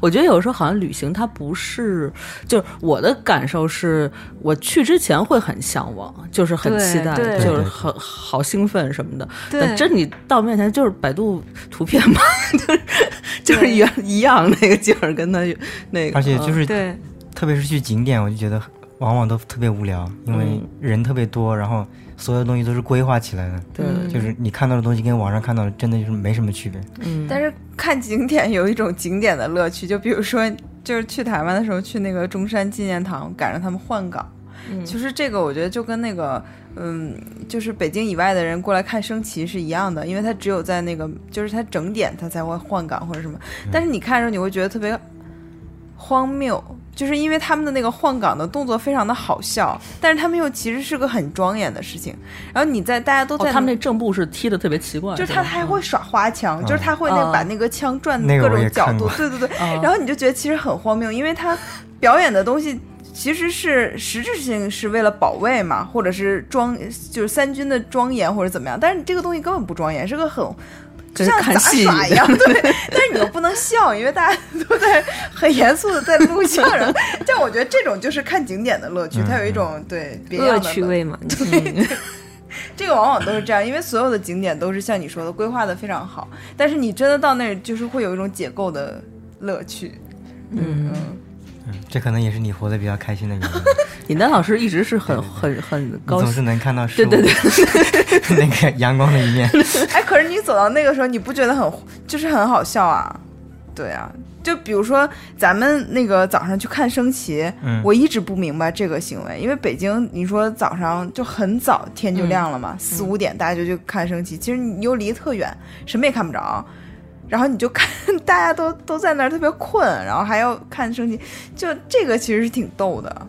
我觉得有时候好像旅行它不是，就是我的感受是，我去之前会很向往，就是很期待，对对就是很好兴奋什么的。对但真你到面前就是百度图片 嘛，就是就是对一样一样那个景儿跟它那个，而且就是，对特别是去景点，我就觉得往往都特别无聊，因为嗯人特别多，然后所有东西都是规划起来的，对，嗯就是你看到的东西跟网上看到的真的就是没什么区别。嗯，但是看景点有一种景点的乐趣，就比如说，就是去台湾的时候去那个中山纪念堂，赶上他们换岗，就是这个，我觉得就跟那个，嗯，就是北京以外的人过来看升旗是一样的，因为他只有在那个，就是他整点他才会换岗或者什么，但是你看的时候你会觉得特别荒谬。就是因为他们的那个换岗的动作非常的好笑，但是他们又其实是个很庄严的事情。然后你在大家都哦、在那、他们那正步是踢的特别奇怪，就是他啊对吧还会耍花枪，就是他会那啊个把那个枪转嗯那个各我也种角看度过，对对对，哦然后你就觉得其实很荒谬，因为他表演的东西。其实是实质性是为了保卫嘛，或者是庄就是三军的庄严或者怎么样，但是你这个东西根本不庄严，是个很就就是像看杂戏耍一样，对。 但是你又不能笑，因为大家都在很严肃的在录 像上，但我觉得这种就是看景点的乐趣，它有一种对别样恶的趣乐味嘛，嗯这个往往都是这样，因为所有的景点都是像你说的规划的非常好，但是你真的到那儿，就是会有一种解构的乐趣。嗯，嗯，这可能也是你活得比较开心 的原因。尹丹老师一直是很很很你高总兴是能看到对事物对对 那个阳光的 一面。哎，可是你走到那个时候，你不觉得很就是很好笑啊？对啊，就比如说咱们那个早上去看升旗，嗯我一直不明白这个行为，因为北京你说早上就很早天就亮了嗯嘛，四五点大家就去看升旗，其实你又离得特远，什么也看不着。然后你就看大家都都在那儿特别困，然后还要看升旗，就这个其实是挺逗的。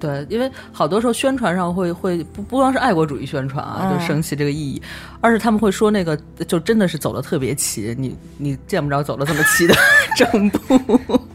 对，因为好多时候宣传上会会不不光是爱国主义宣传啊，嗯就升起这个意义，而是他们会说那个就真的是走的特别齐，你你见不着走的这么齐的 正步。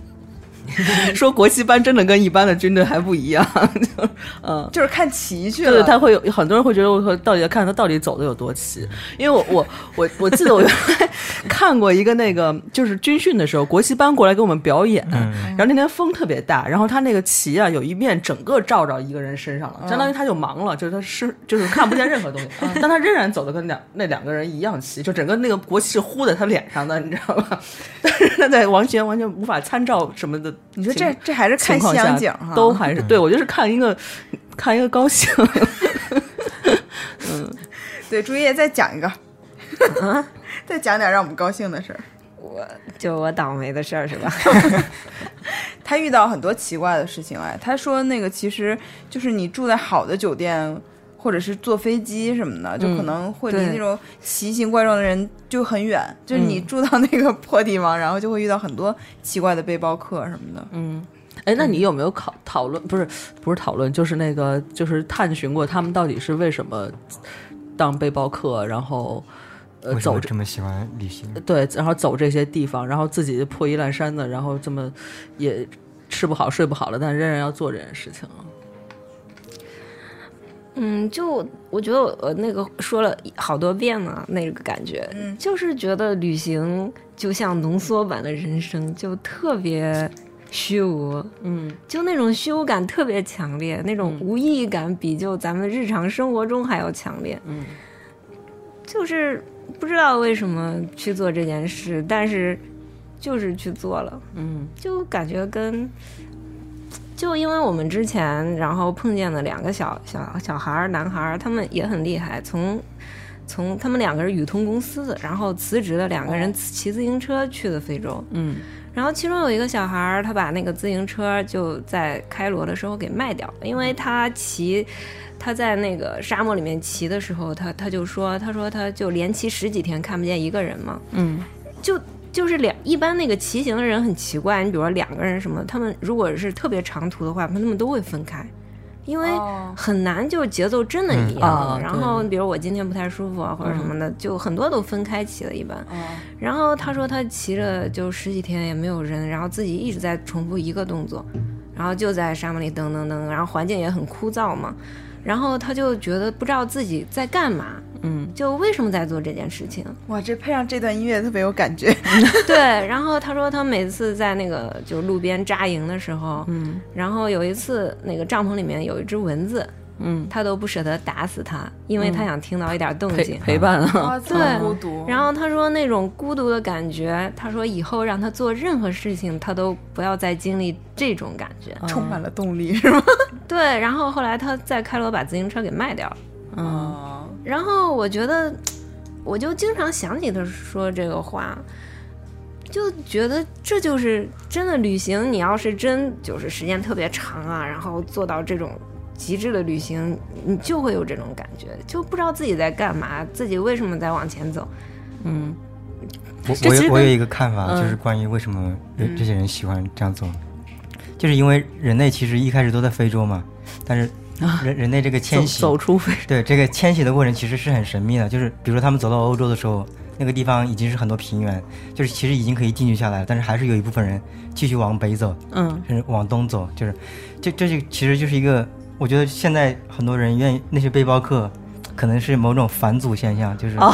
说国旗班真的跟一般的军队还不一样，就是嗯。就是看旗去对了，对，他会有很多人会觉得我到底要看他到底走的有多齐，因为我我我我记得我原来 看过一个那个就是军训的时候，国旗班过来给我们表演，然后那天风特别大，然后他那个旗啊有一面整个罩着一个人身上了，嗯相当于他就盲了，就是他是就是看不见任何东西， 但他仍然走的跟两那两个人一样齐，就整个那个国旗是呼在他脸上的，你知道吗？ 但是他在完全完全无法参照什么的情，你说这这还是情看况西下洋景哈，都还是对我就是看一个看一个高兴。对。朱叶再讲一个， 再讲点让我们高兴的事儿。 就我倒霉的事儿是 吧？他遇到很多奇怪的事情哎，他说那个其实就是你住在好的酒店，或者是坐飞机什么的，嗯就可能会离对那种奇形怪状的人就很远，嗯就是你住到那个破地方，然后就会遇到很多奇怪的背包客什么的。嗯哎，那你有没有考讨论？不是不是讨论，就是那个就是探寻过他们到底是为什么当背包客，然后呃为什走呃么这这么喜欢旅行？对，然后走这些地方，然后自己破衣烂衫的，然后这么也吃不好睡不好了，但仍然要做这件事情。嗯，就我觉得我那个说了好多遍了，那个感觉，嗯就是觉得旅行就像浓缩版的人生，就特别虚无，嗯，就那种虚无感特别强烈，那种无意义感比就咱们日常生活中还要强烈。嗯，就是不知道为什么去做这件事，但是就是去做了。嗯，就感觉跟，就因为我们之前然后碰见了两个小小小孩儿，男孩儿，他们也很厉害，从从他们两个人宇通公司，然后辞职了，两个哦人骑自行车去的非洲。嗯，然后其中有一个小孩儿，他把那个自行车就在开罗的时候给卖掉了，因为他骑。他在那个沙漠里面骑的时候，他他就说，他说他就连骑十几天看不见一个人嘛，嗯，就就是两一般那个骑行的人很奇怪，你比如说两个人什么，他们如果是特别长途的话，他们都会分开，因为哦很难就节奏真的一嗯样。啊然嗯对嗯后比如我今天不太舒服啊或者什么的，就很多都分开骑了一般。哦然后他说他骑了就十几天也没有人，然后自己一直在重复一个动作，然后就在沙漠里噔噔噔，然后环境也很枯燥嘛，然后他就觉得不知道自己在干嘛，嗯，就为什么在做这件事情。哇，这配上这段音乐特别有感觉。 对，然后他说他每次在那个就路边扎营的时候，嗯然后有一次那个帐篷里面有一只蚊子，嗯，他都不舍得打死它，因为他想听到一点动陪静。陪伴啊，哇，这对么孤独。然后他说那种孤独的感觉，他说以后让他做任何事情，他都不要再经历这种感觉。充满了动力，是吗？对，然后后来他在开罗把自行车给卖掉了。嗯哦，然后我觉得，我就经常想起他说这个话，就觉得这就是真的旅行。你要是真就是时间特别长啊，然后做到这种极致的旅行，你就会有这种感觉，就不知道自己在干嘛，自己为什么在往前走。嗯，我这我其实有我有跟一个看法，嗯就是关于为什么有这些人喜欢这样做，就是因为人类其实一开始都在非洲嘛，但是人人类这个走迁徙，啊走出非对这个迁徙的过程其实是很神秘的，就是比如说他们走到欧洲的时候，那个地方已经是很多平原，就是其实已经可以定居下来了，但是还是有一部分人继续往北走，嗯甚至往东走，就是这这就其实就是一个，我觉得现在很多人愿意那些背包客，可能是某种返祖现象，就是。啊，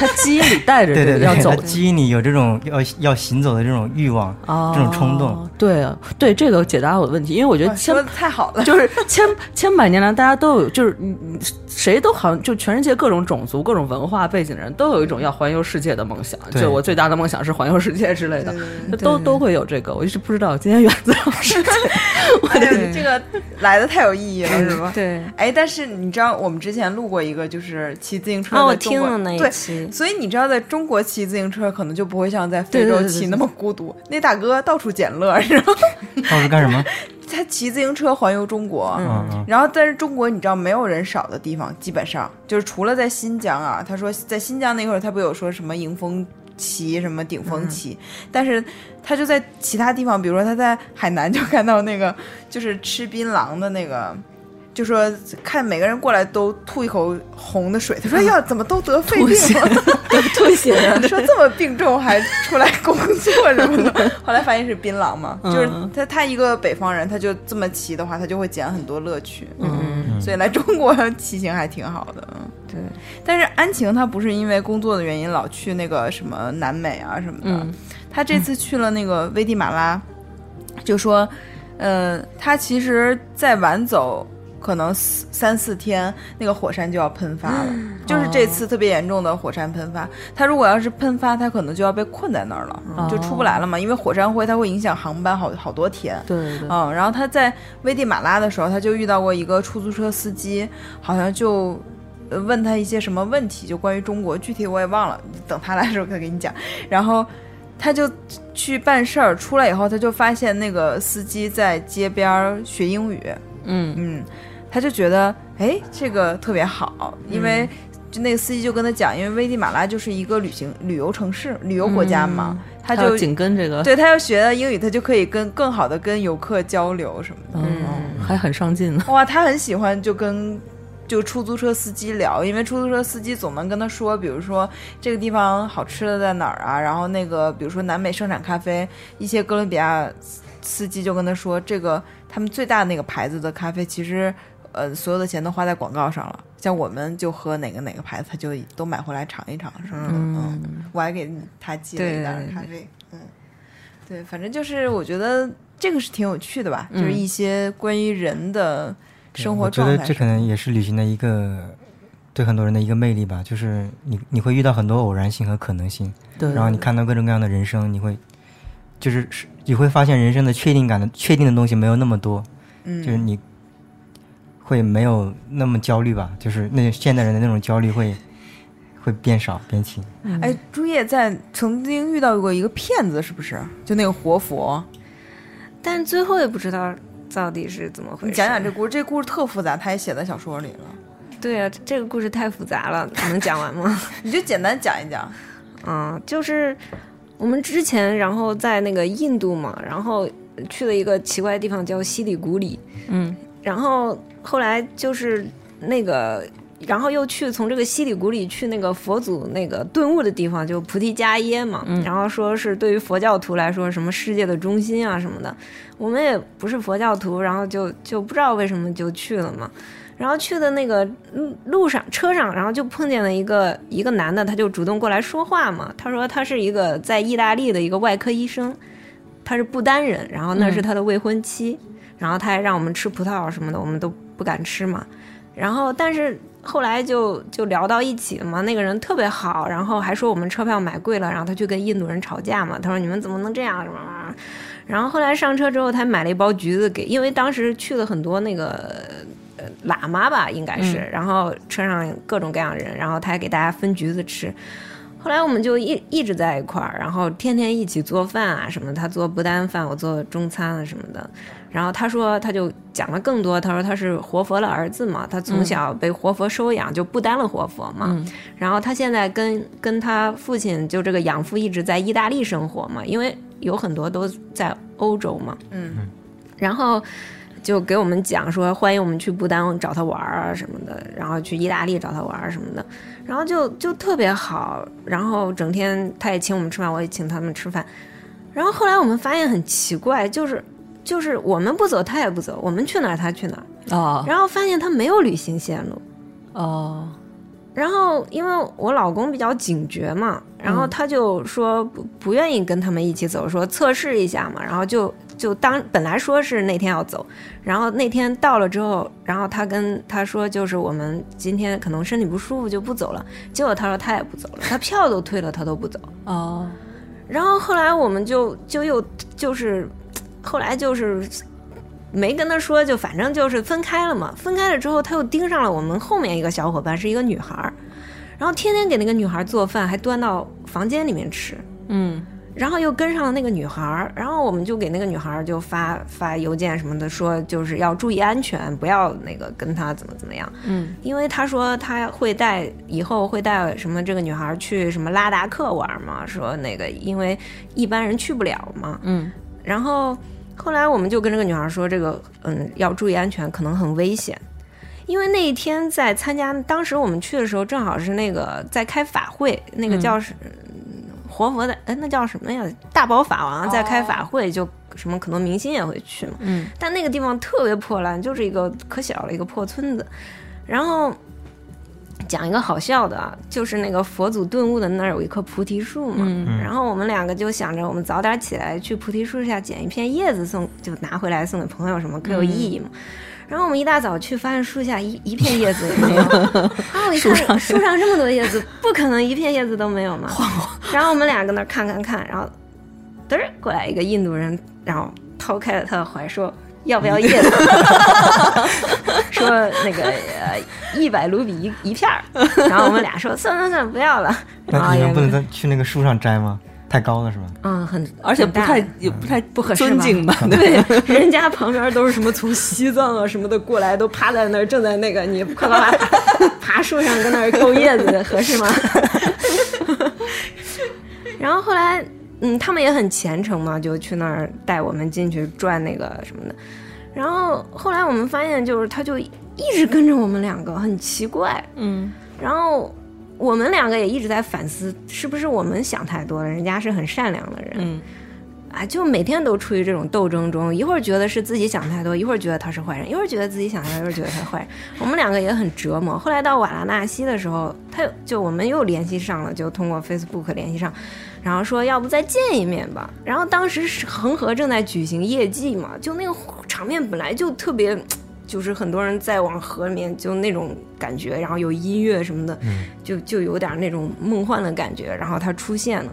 他基因里带着对这对个对，要走它激你有这种要要行走的这种欲望，啊这种冲动。对对，这个解答我的问题，因为我觉得嗯哇千说的太好 了。就是千千百年来，大家都有，就是嗯嗯谁都好像就全世界各种种族、各种文化背景的人都有一种要环游世界的梦想。对就我最大的梦想是环游世界之类的，对都都会有这个。我一直不知道今天原子老师哎呀这个来的太有意义了，是吗？对，哎，但是你知道我们之前录过一个，就是骑自行车啊，我在中听国了那一对，期，所以你知道，在中国骑自行车可能就不会像在非对对洲对对骑对那么孤独。那大哥到处捡乐， 然后到处干什么？他骑自行车环游中国。嗯嗯，然后，但是中国你知道没有人少的地方，基本上就是除了在新疆啊，他说在新疆那会儿，他不有说什么迎风旗、什么顶风旗，嗯但是他就在其他地方，比如说他在海南就看到那个就是吃槟榔的那个，就说看每个人过来都吐一口红的水，他说哎呀，怎么都得肺病啊了？吐血。 说这么病重还出来工作什么的，后来发现是槟榔嘛，就是他他一个北方人，他就这么骑的话，他就会捡很多乐趣，嗯，所以来中国 骑行还挺好的，嗯，对，但是安晴她不是因为工作的原因老去那个什么南美啊什么的，嗯她这次去了那个危地马拉，就说，呃，她其实再晚走可能四三四天，那个火山就要喷发了，就是这次特别严重的火山喷发。她如果要是喷发，她可能就要被困在那儿了，就出不来了嘛，因为火山灰它会影响航班好好多天。对对对，嗯，然后他在危地马拉的时候，他就遇到过一个出租车司机，好像就呃问他一些什么问题，就关于中国，具体我也忘了，等他来的时候再给你讲。然后他就去办事儿，出来以后他就发现那个司机在街边儿学英语，嗯嗯，他就觉得哎，这个特别好，因嗯为就那个司机就跟他讲，因为危地马拉就是一个旅行旅游城市、旅游国家嘛，他嗯还有就紧跟这个， 对他要学了英语，他就可以跟更好的跟游客交流什么的。嗯，还很上进呢。哇，他很喜欢就跟就出租车司机聊，因为出租车司机总能跟他说，比如说这个地方好吃的在哪儿啊，然后那个比如说南美盛产咖啡，一些哥伦比亚司司机就跟他说，这个他们最大那个牌子的咖啡其实。呃，所有的钱都花在广告上了，像我们就喝哪个哪个牌子，他就都买回来尝一尝，是吗？嗯，我还给他寄了一袋对对对咖啡，嗯，对，反正就是我觉得这个是挺有趣的吧，嗯就是一些关于人的生活我觉状得态这什可么的。能也是旅行的一个对很多人的一个魅力吧，就是你你会遇到很多偶然性和可能性，对，然后你看到各种各样的人生，你会就是是你会发现人生的确定感的确定的东西没有那么多，就是嗯，你会没有那么焦虑吧，就是那现代人的那种焦虑会会变少变轻。嗯哎，朱叶在曾经遇到过一个骗子，是不是？就那个活佛，但最后也不知道到底是怎么回你事。讲讲这故事，这故事特复杂，他也写在小说里了，对啊，这个故事太复杂了，能讲完吗？你就简单讲一讲。啊，就是我们之前，然后在那个印度嘛，然后去了一个奇怪的地方叫西里古里，嗯，然后后来就是那个，然后又去从这个西里古里去那个佛祖那个顿悟的地方，就菩提伽耶嘛。然后说是对于佛教徒来说，什么世界的中心啊什么的，我们也不是佛教徒，然后就就不知道为什么就去了嘛。然后去的那个路路上车上，然后就碰见了一个一个男的，他就主动过来说话嘛。他说他是一个在意大利的一个外科医生，他是不丹人，然后那是他的未婚妻。然后他还让我们吃葡萄什么的，我们都不敢吃嘛。然后但是后来就就聊到一起了嘛，那个人特别好，然后还说我们车票买贵了，然后他去跟印度人吵架嘛，他说你们怎么能这样什么什么。然后后来上车之后，他买了一包橘子给，因为当时去了很多那个呃喇嘛吧，应该是，然后车上各种各样的人，然后他还给大家分橘子吃。后来我们就一一直在一块儿，然后天天一起做饭啊什么，他做不丹饭，我做中餐啊什么的。然后他说，他就讲了更多。他说他是活佛的儿子嘛，他从小被活佛收养，就不丹了活佛嘛。然后他现在跟跟他父亲就这个养父一直在意大利生活嘛，因为有很多都在欧洲嘛。嗯，然后就给我们讲说，欢迎我们去不丹找他玩儿啊什么的，然后去意大利找他玩儿啊什么的，然后就就特别好，然后整天他也请我们吃饭，我也请他们吃饭，然后后来我们发现很奇怪，就是就是我们不走，他也不走，我们去哪儿他去哪儿，哦然后发现他没有旅行线路，哦，然后因为我老公比较警觉嘛，然后他就说不不愿意跟他们一起走，说测试一下嘛，然后就就当本来说是那天要走，然后那天到了之后，然后他跟他说就是我们今天可能身体不舒服就不走了，结果他说他也不走了，他票都退了他都不走，哦，然后后来我们就就又就是，后来就是没跟他说，就反正就是分开了嘛。分开了之后，他又盯上了我们后面一个小伙伴，是一个女孩儿，然后天天给那个女孩儿做饭，还端到房间里面吃。嗯然后又跟上了那个女孩儿，然后我们就给那个女孩儿就发发邮件什么的，说就是要注意安全，不要那个跟她怎么怎么样。嗯，因为她说她会带以后会带什么这个女孩儿去什么拉达克玩嘛，说那个因为一般人去不了嘛。嗯，然后后来我们就跟这个女孩儿说，这个嗯要注意安全，可能很危险。因为那一天在参加，当时我们去的时候正好是那个在开法会，那嗯个叫是、活佛的，哎，那叫什么呀？大宝法王在开法会，就什么可能明星也会去嘛。哦嗯，但那个地方特别破烂，就是一个可小了一个破村子。然后讲一个好笑的啊，就是那个佛祖顿悟的那儿有一棵菩提树嘛。嗯然后我们两个就想着，我们早点起来去菩提树下捡一片叶子送，就拿回来送给朋友，什么可有意义嗯嘛。然后我们一大早去，发现树下一一片叶子也没有。 啊，我一看树上这么多叶子，不可能一片叶子都没有 嘛。然后我们俩搁那儿看看看，然后嘚儿过来一个印度人，然后抛开了他的怀说。要不要叶 子？说那个呃一百卢比一一片 儿，然后我们俩说算算算不要了。然那后你们有不能一个在去那个树上摘吗？太高了是吧？嗯，很而且很不大太 也不太不合适吧尊敬吧？对，人家旁边都是什么从西藏啊什么的过来，都趴在那儿，正在那个你快快 快爬树上跟那儿抠叶子，合适吗？ 然后后来，嗯，他们也很虔诚嘛，就去那儿带我们进去转那个什么的。然后后来我们发现，就是他就一直跟着我们两个，很奇怪。嗯然后我们两个也一直在反思，是不是我们想太多了？人家是很善良的人。嗯啊，就每天都处于这种斗争中，一会儿觉得是自己想太多，一会儿觉得他是坏人，一会儿觉得自己想太多，一会儿觉得他是坏人。我们两个也很折磨。后来到瓦拉纳西的时候，他又就我们又联系上了，就通过 Facebook 联系上，然后说要不再见一面吧。然后当时是恒河正在举行夜祭嘛，就那个场面本来就特别。就是很多人在往河里面，就那种感觉，然后有音乐什么的，就就有点那种梦幻的感觉。然后他出现了，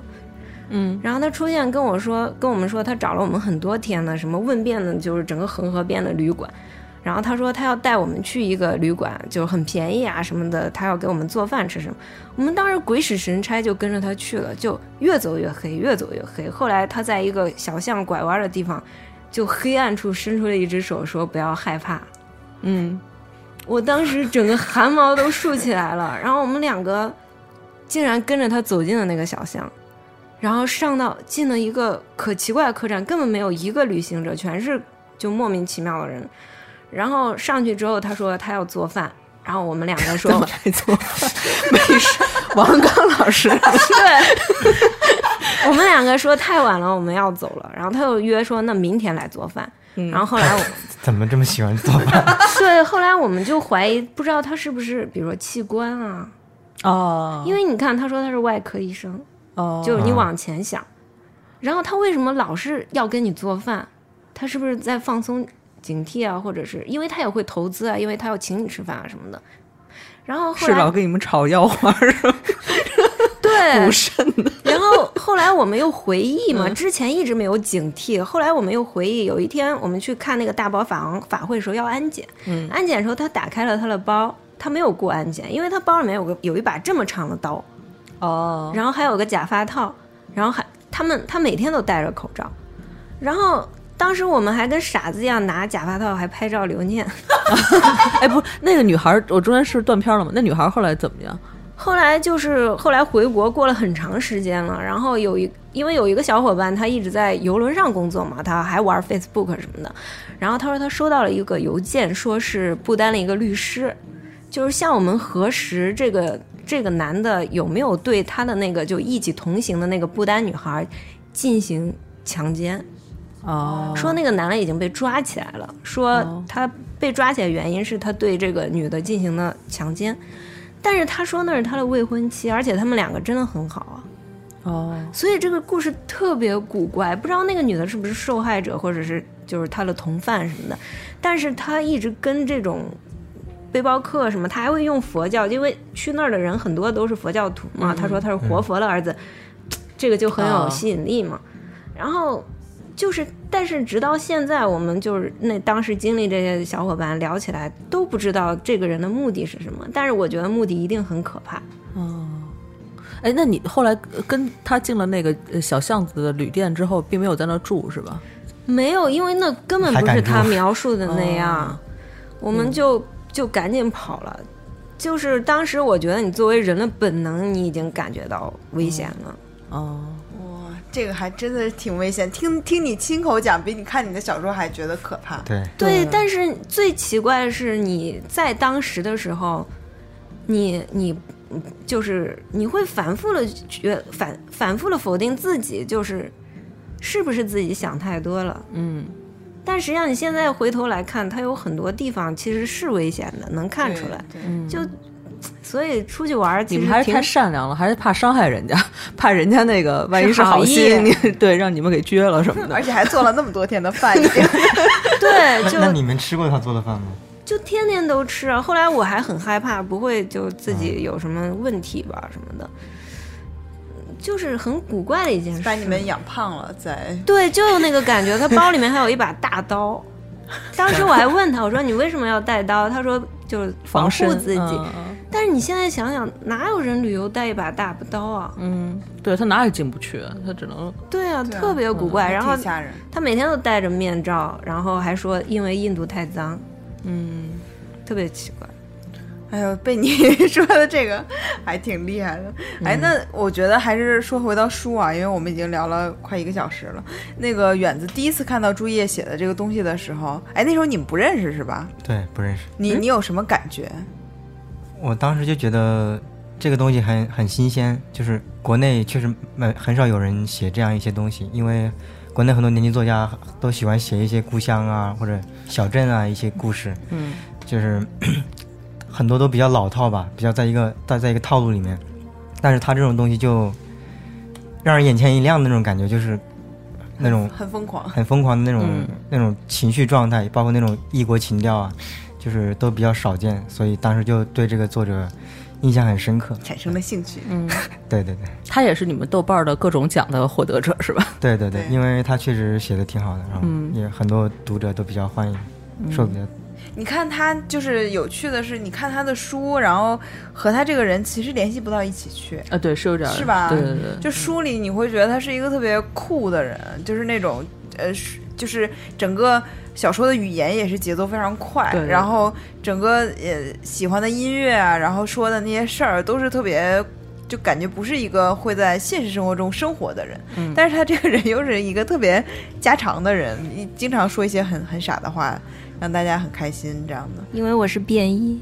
嗯然后他出现跟我说，跟我们说他找了我们很多天呢，什么问遍了就是整个恒河边的旅馆，然后他说他要带我们去一个旅馆，就很便宜啊什么的，他要给我们做饭吃什么。我们当时鬼使神差就跟着他去了，就越走越黑，越走越黑。后来他在一个小巷拐弯的地方，就黑暗处伸出了一只手，说不要害怕。嗯，我当时整个汗毛都竖起来了。然后我们两个竟然跟着他走进了那个小巷，然后上到进了一个可奇怪的客栈，根本没有一个旅行者，全是就莫名其妙的人。然后上去之后，他说他要做饭，然后我们两个说干嘛来做饭？没事，王刚老师，对， 我们两个说太晚了，我们要走了。然后他又约说那明天来做饭。嗯然后后来我，怎么这么喜欢做饭？对，后来我们就怀疑，不知道他是不是，比如说器官啊，哦，因为你看，他说他是外科医生，哦，就是你啊往前想，然后他为什么老是要跟你做饭？他是不是在放松警惕啊？或者是因为他也会投资啊？因为他要请你吃饭啊什么的。然后后是老来跟你们炒腰花儿是吧 对补，肾的，嗯然后后来我们又回忆嘛，之前一直没有警惕，后来我们又回忆，有一天我们去看那个大宝法王法会的时候要安检，嗯安检的时候他打开了他的包，他没有过安检，因为他包里面有个有一把这么长的刀， 哦，然后还有个假发套，然后还他们他每天都戴着口罩，然后当时我们还跟傻子一样拿假发套还拍照留念。哎，不，那个女孩儿，我中间是断片了吗？那女孩儿后来怎么样？后来就是后来回国过了很长时间了，然后有一因为有一个小伙伴他一直在游轮上工作嘛，他还玩 Facebook 什么的，然后他说他收到了一个邮件，说是不丹的一个律师，就是向我们核实这个这个男的有没有对他的那个就一起同行的那个不丹女孩进行强奸。哦，说那个男的已经被抓起来了，说哦他被抓起来原因是他对这个女的进行了强奸，但是他说那是他的未婚妻，而且他们两个真的很好啊，哦，所以这个故事特别古怪，不知道那个女的是不是受害者，或者是就是他的同犯什么的，但是他一直跟这种。背包客什么，他还会用佛教，因为去那儿的人很多都是佛教徒嘛。他说他是活佛的儿子，这个就很有哦吸引力嘛。然后就是，但是直到现在，我们就是那当时经历这些小伙伴聊起来，都不知道这个人的目的是什么。但是我觉得目的一定很可怕。哎，那你后来呃跟他进了那个呃小巷子的旅店之后，并没有在那住是吧？没有，因为那根本还不敢是他住描述的那样哦，我们就就赶紧跑了。就是当时我觉得，你作为人的本能，你已经感觉到危险了。哦，哇，这个还真的是挺危险。听听你亲口讲，比你看你的小说还觉得可怕。对，对，但是最奇怪的是，你在当时的时候，你你就是你会反复的觉反反复的否定自己，就是是不是自己想太多了。嗯，但实际上，你现在回头来看，它有很多地方其实是危险的，能看出来。嗯对，就所以出去玩儿，你其们实还是挺太善良了，还是怕伤害人家， 怕人家那个万一是是好好意心，你 对让你们给撅了什么的而。且还做了那么多天的饭，已经 对， 那那就你们吃过他做的饭吗？就天天都吃啊。后来我还很害怕，不会就自嗯己有什么问题吧什么的，就是很古怪的一件事。把你们养胖了，在对，就有那个感觉。他包里面还有一把大刀，当时我还问他，我说你为什么要带刀？他说就是保防护身自己。嗯但是你现在想想，哪有人旅游带一把大刀啊？嗯，对他哪也进不去，他只能对啊，对啊特嗯别古怪。然后挺吓人。他每天都戴着面罩，然后还说因为印度太脏，嗯，特别奇怪。哎呦，被你 说的这个还挺厉害的。哎，嗯那我觉得还是说回到书啊，因为我们已经聊了快一个小时了。那个远子第一次看到朱叶写的这个东西的时候，哎，那时候你们不认识是吧？对，不认识。你你有什么感觉？我当时就觉得这个东西很很新鲜，就是国内确实蛮很少有人写这样一些东西，因为国内很多年轻作家都喜欢写一些故乡啊或者小镇啊一些故事，嗯，就是 很多都比较老套吧，比较在一个在在一个套路里面，但是他这种东西就让人眼前一亮的那种感觉，就是那种很疯狂，很疯狂的那种、嗯那种情绪状态，包括那种异国情调啊，就是都比较少见，所以当时就对这个作者印象很深刻。产生了兴趣。嗯 对对对他也是你们豆瓣儿的各种奖的获得者是吧？对对对，对因为他确实写的挺好的，然后嗯也很多读者都比较欢迎，受比较你看他就是有趣的是，你看他的书，然后和他这个人其实联系不到一起去。啊，对，是有点儿是吧对对对，就书里你会觉得他是一个特别酷的人，就是那种呃，是就是整个小说的语言也是节奏非常快，对对对然后整个呃喜欢的音乐啊，然后说的那些事儿都是特别。就感觉不是一个会在现实生活中生活的人，嗯但是他这个人又是一个特别家常的人，一经常说一些很很傻的话，让大家很开心这样的。因为我是便衣，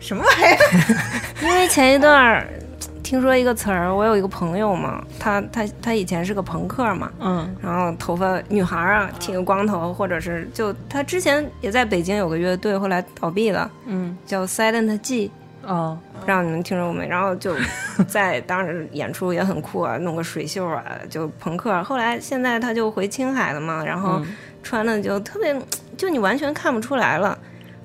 什么玩意儿？因为前一段儿听说一个词儿，我有一个朋友嘛，他他他以前是个朋克嘛，嗯然后头发女孩儿啊剃个光头，或者是就他之前也在北京有个乐队，后来倒闭了，嗯叫 Silent G，哦，不知道你们听说过没？然后就在当时演出也很酷啊，弄个水袖啊，就朋克。后来现在他就回青海了嘛，然后嗯穿的就特别，就你完全看不出来了。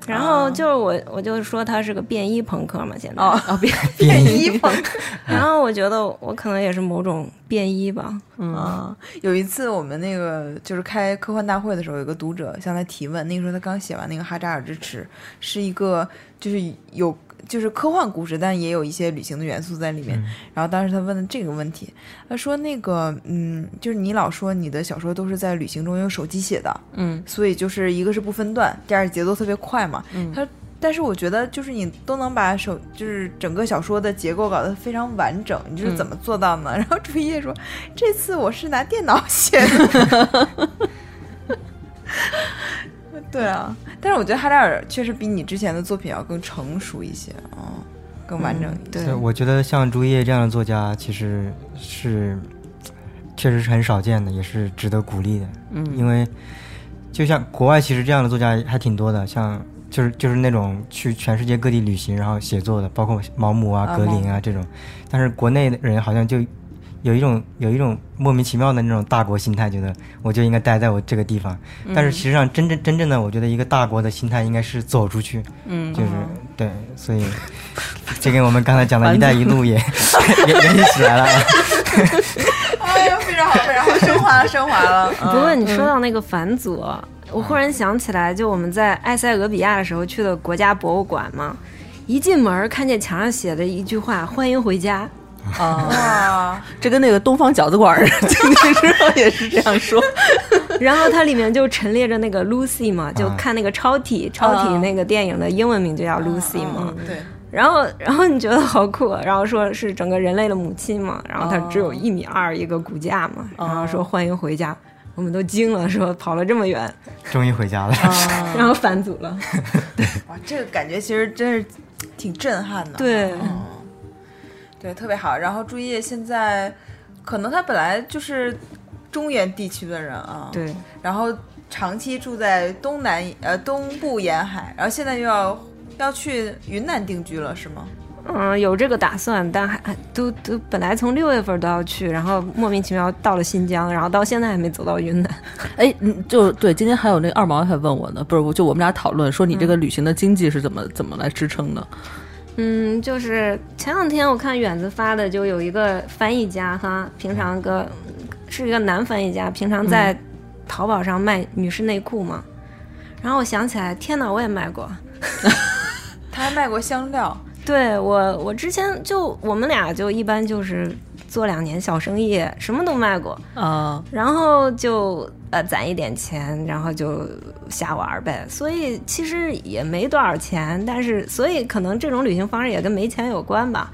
然后就是我，我就说他是个便衣朋克嘛，现在。哦啊 别便衣衣服。 然后我觉得我可能也是某种便衣吧，嗯啊，有一次我们那个就是开科幻大会的时候，有个读者向他提问，那个时候他刚写完那个《哈扎尔之池》，是一个就是有就是科幻故事，但也有一些旅行的元素在里面。嗯然后当时他问了这个问题，他说那个嗯，就是你老说你的小说都是在旅行中用手机写的，嗯所以就是一个是不分段，第二节奏特别快嘛。嗯他但是我觉得就是你都能把手就是整个小说的结构搞得非常完整，你这嗯是怎么做到呢？然 后朱叶说，这次我是拿电脑 写的。对啊，但是我觉得哈扎尔确实比你之前的作品要更成熟一些，嗯，更完整一些。对对，我觉得像朱叶这样的作家，其实是确实是很少见的，也是值得鼓励的。嗯因为就像国外其实这样的作家还挺多的，像就是就是那种去全世界各地旅行然后写作的，包括毛姆啊、啊格林啊这种。但是国内的人好像就有一种有一种莫名其妙的那种大国心态，觉得我就应该待在我这个地方。但是实际上真正真正的，我觉得一个大国的心态应该是走出去，嗯就是对，所以这跟我们刚才讲的“一带一路也”也联系起来了啊。哎呀，非常好，非常好，升华了，升华了。 不过你说到那个返祖，我忽然想起来，就我们在埃塞俄比亚的时候去的国家博物馆嘛，一进门儿看见墙上写的一句话“欢迎回家啊，哇， 这跟那个东方饺子馆儿 进去之后也是这样说，”， 然后它里面就陈列着那个 Lucy 嘛，就啊看那个超体，超体啊那个电影的英文名就叫 Lucy 嘛，嗯嗯，对，然后，然后你觉得好酷，然后说是整个人类的母亲嘛，然后它哦只有一米二一个骨架嘛，哦嗯然后说欢迎回家，我们都惊了，说跑了这么远，终于回家了。嗯然后返祖了。哇，这个感觉其实真是挺震撼的。对嗯，对，特别好。然后朱叶现在可能他本来就是中原地区的人啊，，对，然后长期住在东南呃东部沿海，然后现在又要要去云南定居了，是吗？嗯，有这个打算，但还还都都本来从六月份都要去，然后莫名其妙到了新疆，然后到现在还没走到云南。哎，嗯就对，今天还有那个二毛还问我呢，不是，我就我们俩讨论说你这个嗯旅行的经济是怎么怎么来支撑的？嗯，就是前两天我看远子发的，就有一个翻译家哈，平常个是一个男翻译家，平常在淘宝上卖女士内裤嘛。然后我想起来，天哪，我也卖过。他还卖过香料，对我，我之前就我们俩就一般就是做两年小生意，什么都卖过，啊，然后就呃攒一点钱，然后就瞎玩儿呗。所以其实也没多少钱，但是所以可能这种旅行方式也跟没钱有关吧。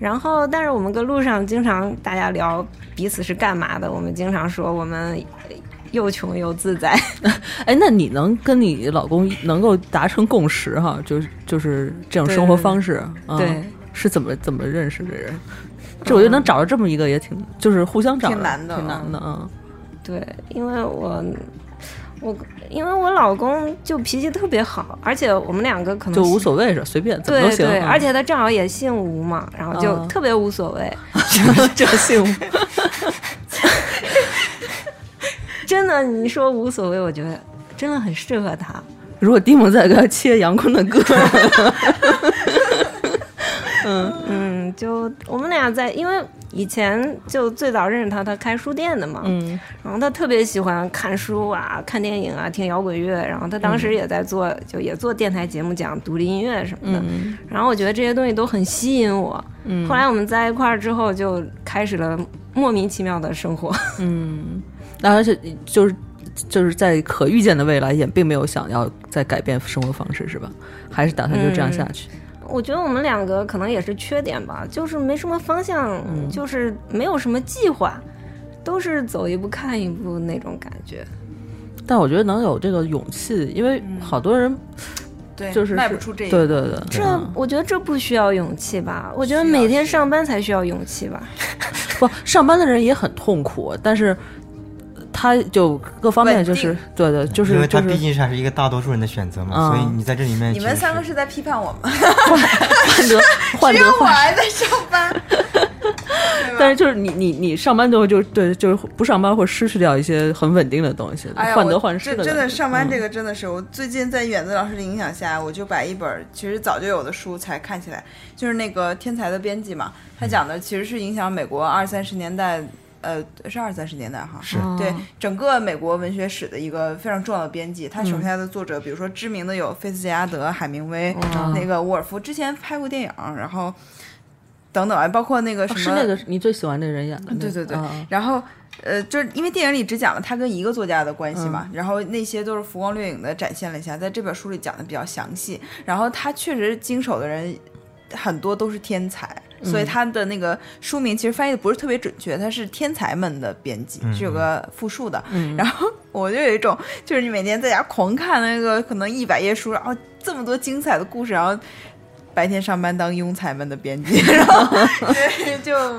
然后，但是我们跟路上经常大家聊彼此是干嘛的，我们经常说我们呃又穷又自在。哎，那你能跟你老公 能够达成共识哈，就是就是这种对生活方式，啊对，是怎么怎么认识的人？这我觉得能找着这么一个也挺，就是互相找着嗯挺难的挺难的啊。对，因为我我因为我老公就脾气特别好，而且我们两个可能就无所谓是随便怎么都嗯对行，对，啊而且他正好也姓吴嘛，然后就嗯特别无所谓。这幸福，真的，你说无所谓，我觉得真的很适合他。 如果蒂姆在，给他切杨坤的歌，嗯，就我们俩在，因为以前就最早认识他，他开书店的嘛， 嗯然后他特别喜欢看书啊、看电影啊、听摇滚乐，然后他当时也在做，就也做电台节目讲独立音乐什么的。嗯然后我觉得这些东西都很吸引我。嗯后来我们在一块儿之后，就开始了莫名其妙的生活。嗯，那而且就是就是在可预见的未来，也并没有想要再改变生活方式，是吧？还是打算就这样下去？我觉得我们两个可能也是缺点吧，就是没什么方向，嗯就是没有什么计划，都是走一步看一步那种感觉。但我觉得能有这个勇气，因为好多人、对，就是迈不出这一步。对对对，这嗯我觉得这不需要勇气吧？我觉得需要每天上班才需要勇气吧。不上班的人也很痛苦，但是他就各方面就是稳对对，就因是为就它毕是竟还是一个大多数人的选择嘛，嗯所以你在这里面你们其实三个是在批判我吗？患得患只有得我患。还在上班。但是就是你你你上班之后就对就是不上班会失去掉一些很稳定的东西，哎呀，患得我患失嗯这的真感的觉上班这个真的是，我最近在远子老师的影响下，我就把一本其实早就有的书才看起来，就是那个《天才的编辑》嘛，嗯他讲的其实是影响美国二三十年代，呃，是二三十年代哈，是对整个美国文学史的一个非常重要的编辑。他嗯手下的作者，比如说知名的有菲茨杰拉德、海明威，哦那个沃尔夫，之前拍过电影，然后等等啊，包括那个哦什是么，那个你最喜欢的人演的那个，对对对啊啊然后。呃，就是因为电影里只讲了他跟一个作家的关系嘛，然后那些都是浮光掠影的展现了一下，在这本书里讲的比较详细。然后他确实经手的人很多都是天才，所以他的那个书名其实翻译的不是特别准确，他是天才们的编辑，是有个复数的。然后我就有一种，就是你每天在家狂看那个可能一百页书，然后这么多精彩的故事，然后白天上班当庸才们的编辑，然后对就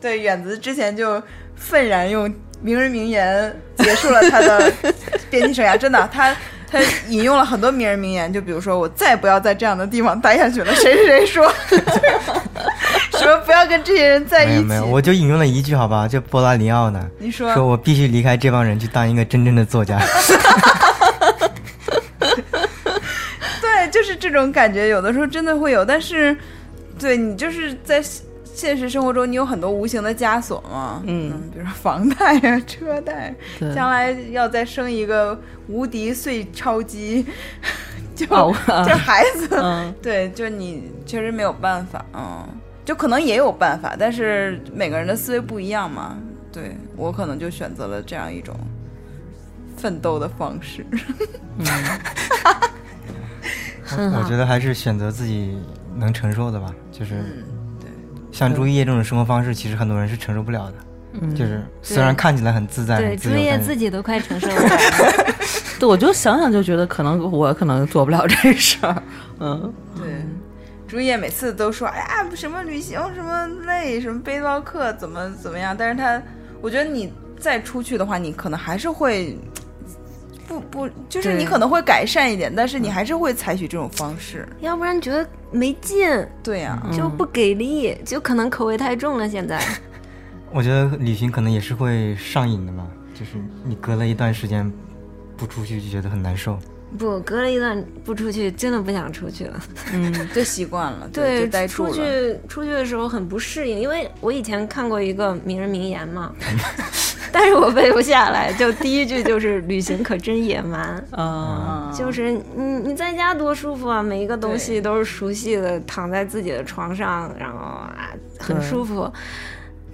对远子之前就愤然用名人名言结束了他的编辑生涯，真的他。他引用了很多名人名言，就比如说“我再不要在这样的地方待下去了”，谁谁谁说，就是什么不要跟这些人在没一有起。没有，我就引用了一句好吧，就波拉尼奥呢，你说我必须离开这帮人去当一个真正的作家。对，就是这种感觉，有的时候真的会有，但是，对你就是在现现实生活中，你有很多无形的枷锁嘛，嗯比如说房贷啊、 车贷，对将来要再生一个无敌碎钞机，就、 哦就孩子， 嗯对，就你确实没有办法，嗯，就可能也有办法，但是每个人的思维不一样嘛，对我可能就选择了这样一种奋斗的方式。嗯我觉得还是选择自己能承受的吧，就是对像朱叶这种生活方式，其实很多人是承受不了的。就是虽然看起来很自在，对，很朱自由叶但自己都快承受不了。对，我就想想就觉得可能我可能做不了这事儿，嗯，对，朱叶每次都说，哎呀，什么旅行什么累，什么背包客怎么怎么样，但是他，我觉得你再出去的话，你可能还是会。嗯不不，就是对你可能会改善一点，但是你还是会采取这种方式。 要不然觉得没劲，对啊呀、就不给力，就可能口味太重了。现在我觉得旅行可能也是会上瘾的嘛，就是你隔了一段时间不出去就觉得很难受。不隔了一段不出去，真的不想出去了。就习惯了，就嗯对，待住出了。去出去的时候很不适应，因为我以前看过一个名人名言嘛，但是我背不下来。就第一句就是“旅行可真野蛮啊”，嗯就是你你在家多舒服啊，每一个东西都是熟悉的，躺在自己的床上，然后啊很对舒服。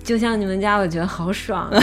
就像你们家，我觉得好爽啊，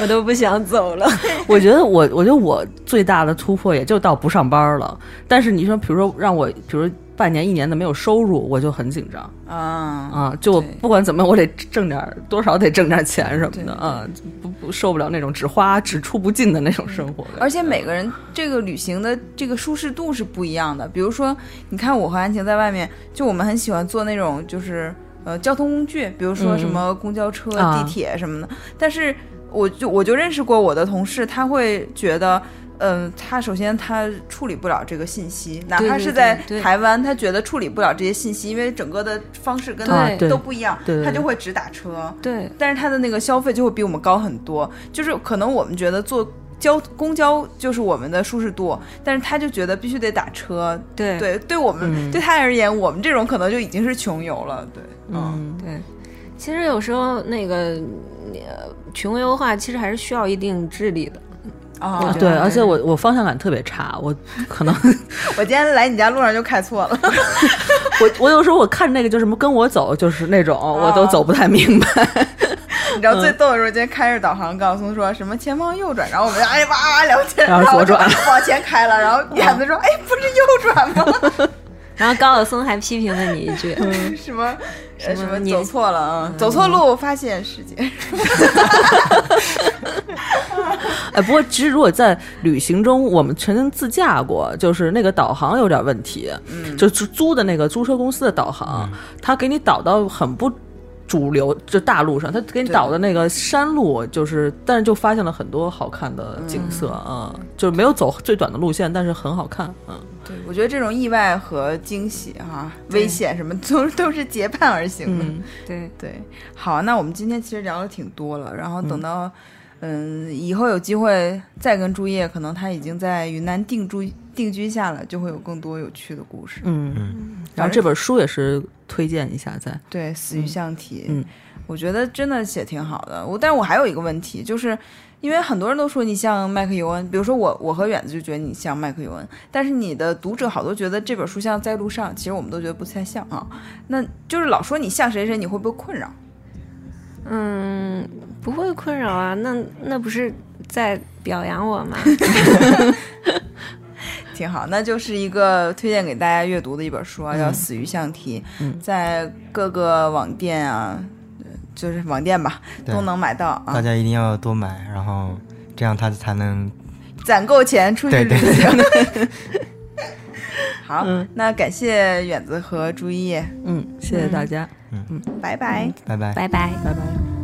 我都不想走了。我觉得我，我觉得我最大的突破也就到不上班了。但是你说，比如说让我，比如说半年、一年的没有收入，我就很紧张啊，啊。就我对不管怎么，我得挣点儿多少，得挣点钱什么对的啊，不不受不了那种只花只出不进的那种生活。而且每个人这个旅行的这个舒适度是不一样的。比如说，你看我和安晴在外面，就我们很喜欢坐那种就是呃交通工具，比如说什么公交车、啊地铁什么的。但是我就我就认识过我的同事，他会觉得。嗯，他首先他处理不了这个信息，哪怕对是在对对台湾，他觉得处理不了这些信息，因为整个的方式跟啊对都不一样对对，他对就会只打车。对，但是他的那个消费就会比我们高很多。就是可能我们觉得坐交公交就是我们的舒适度，但是他就觉得必须得打车。对对，对我们、对他而言，我们这种可能就已经是穷游了。对，嗯，对，其实有时候那个呃穷游的话，其实还是需要一定智力的。啊我觉得对，而且我我方向感特别差，我可能 我今天来你家路上就开错了。 我我有时候我看那个就什么跟我走，就是那种我啊都走不太明白。你知道最逗的时候，今天开着导航告诉说什么前方右转，然后我们就哎哇哇聊天，然后然后我左转就 往前开了，然后远子说哎不是右转吗？ 然后高晓松还批评了你一句，什么呃什什么么你走错了啊，走错路发现世界。哎，不过其实如果在旅行中，我们曾经自驾过，就是那个导航有点问题，就租租的那个租车公司的导航，他给你导到很不。主流就大路上，他给你对导的那个山路，就是，但是就发现了很多好看的景色啊、嗯就是没有走最短的路线，但是很好看，嗯，对，我觉得这种意外和惊喜哈、危险什么都都是结伴而行的。对，对，好，那我们今天其实聊的挺多了，然后等到，嗯以后有机会再跟朱叶，可能他已经在云南定住定居下了，就会有更多有趣的故事。然后这本书也是推荐一下在，对，死于象题，嗯我觉得真的写挺好的。我，但是我还有一个问题，就是因为很多人都说你像麦克尤恩，比如说我，我和远子就觉得你像麦克尤恩，但是你的读者好多觉得这本书像在路上，其实我们都觉得不太像啊。那就是老说你像谁谁，你会不会困扰？嗯，不会困扰啊，那那不是在表扬我吗？挺好，那就是一个推荐给大家阅读的一本书啊，嗯叫《死于象题》，在各个网店啊，呃就是网店吧，对都能买到大啊，家一定要多买，然后这样他才能攒够钱出去对旅对行。 好，那感谢远子和朱一，嗯，谢谢大家，拜拜。拜拜。拜拜。拜拜。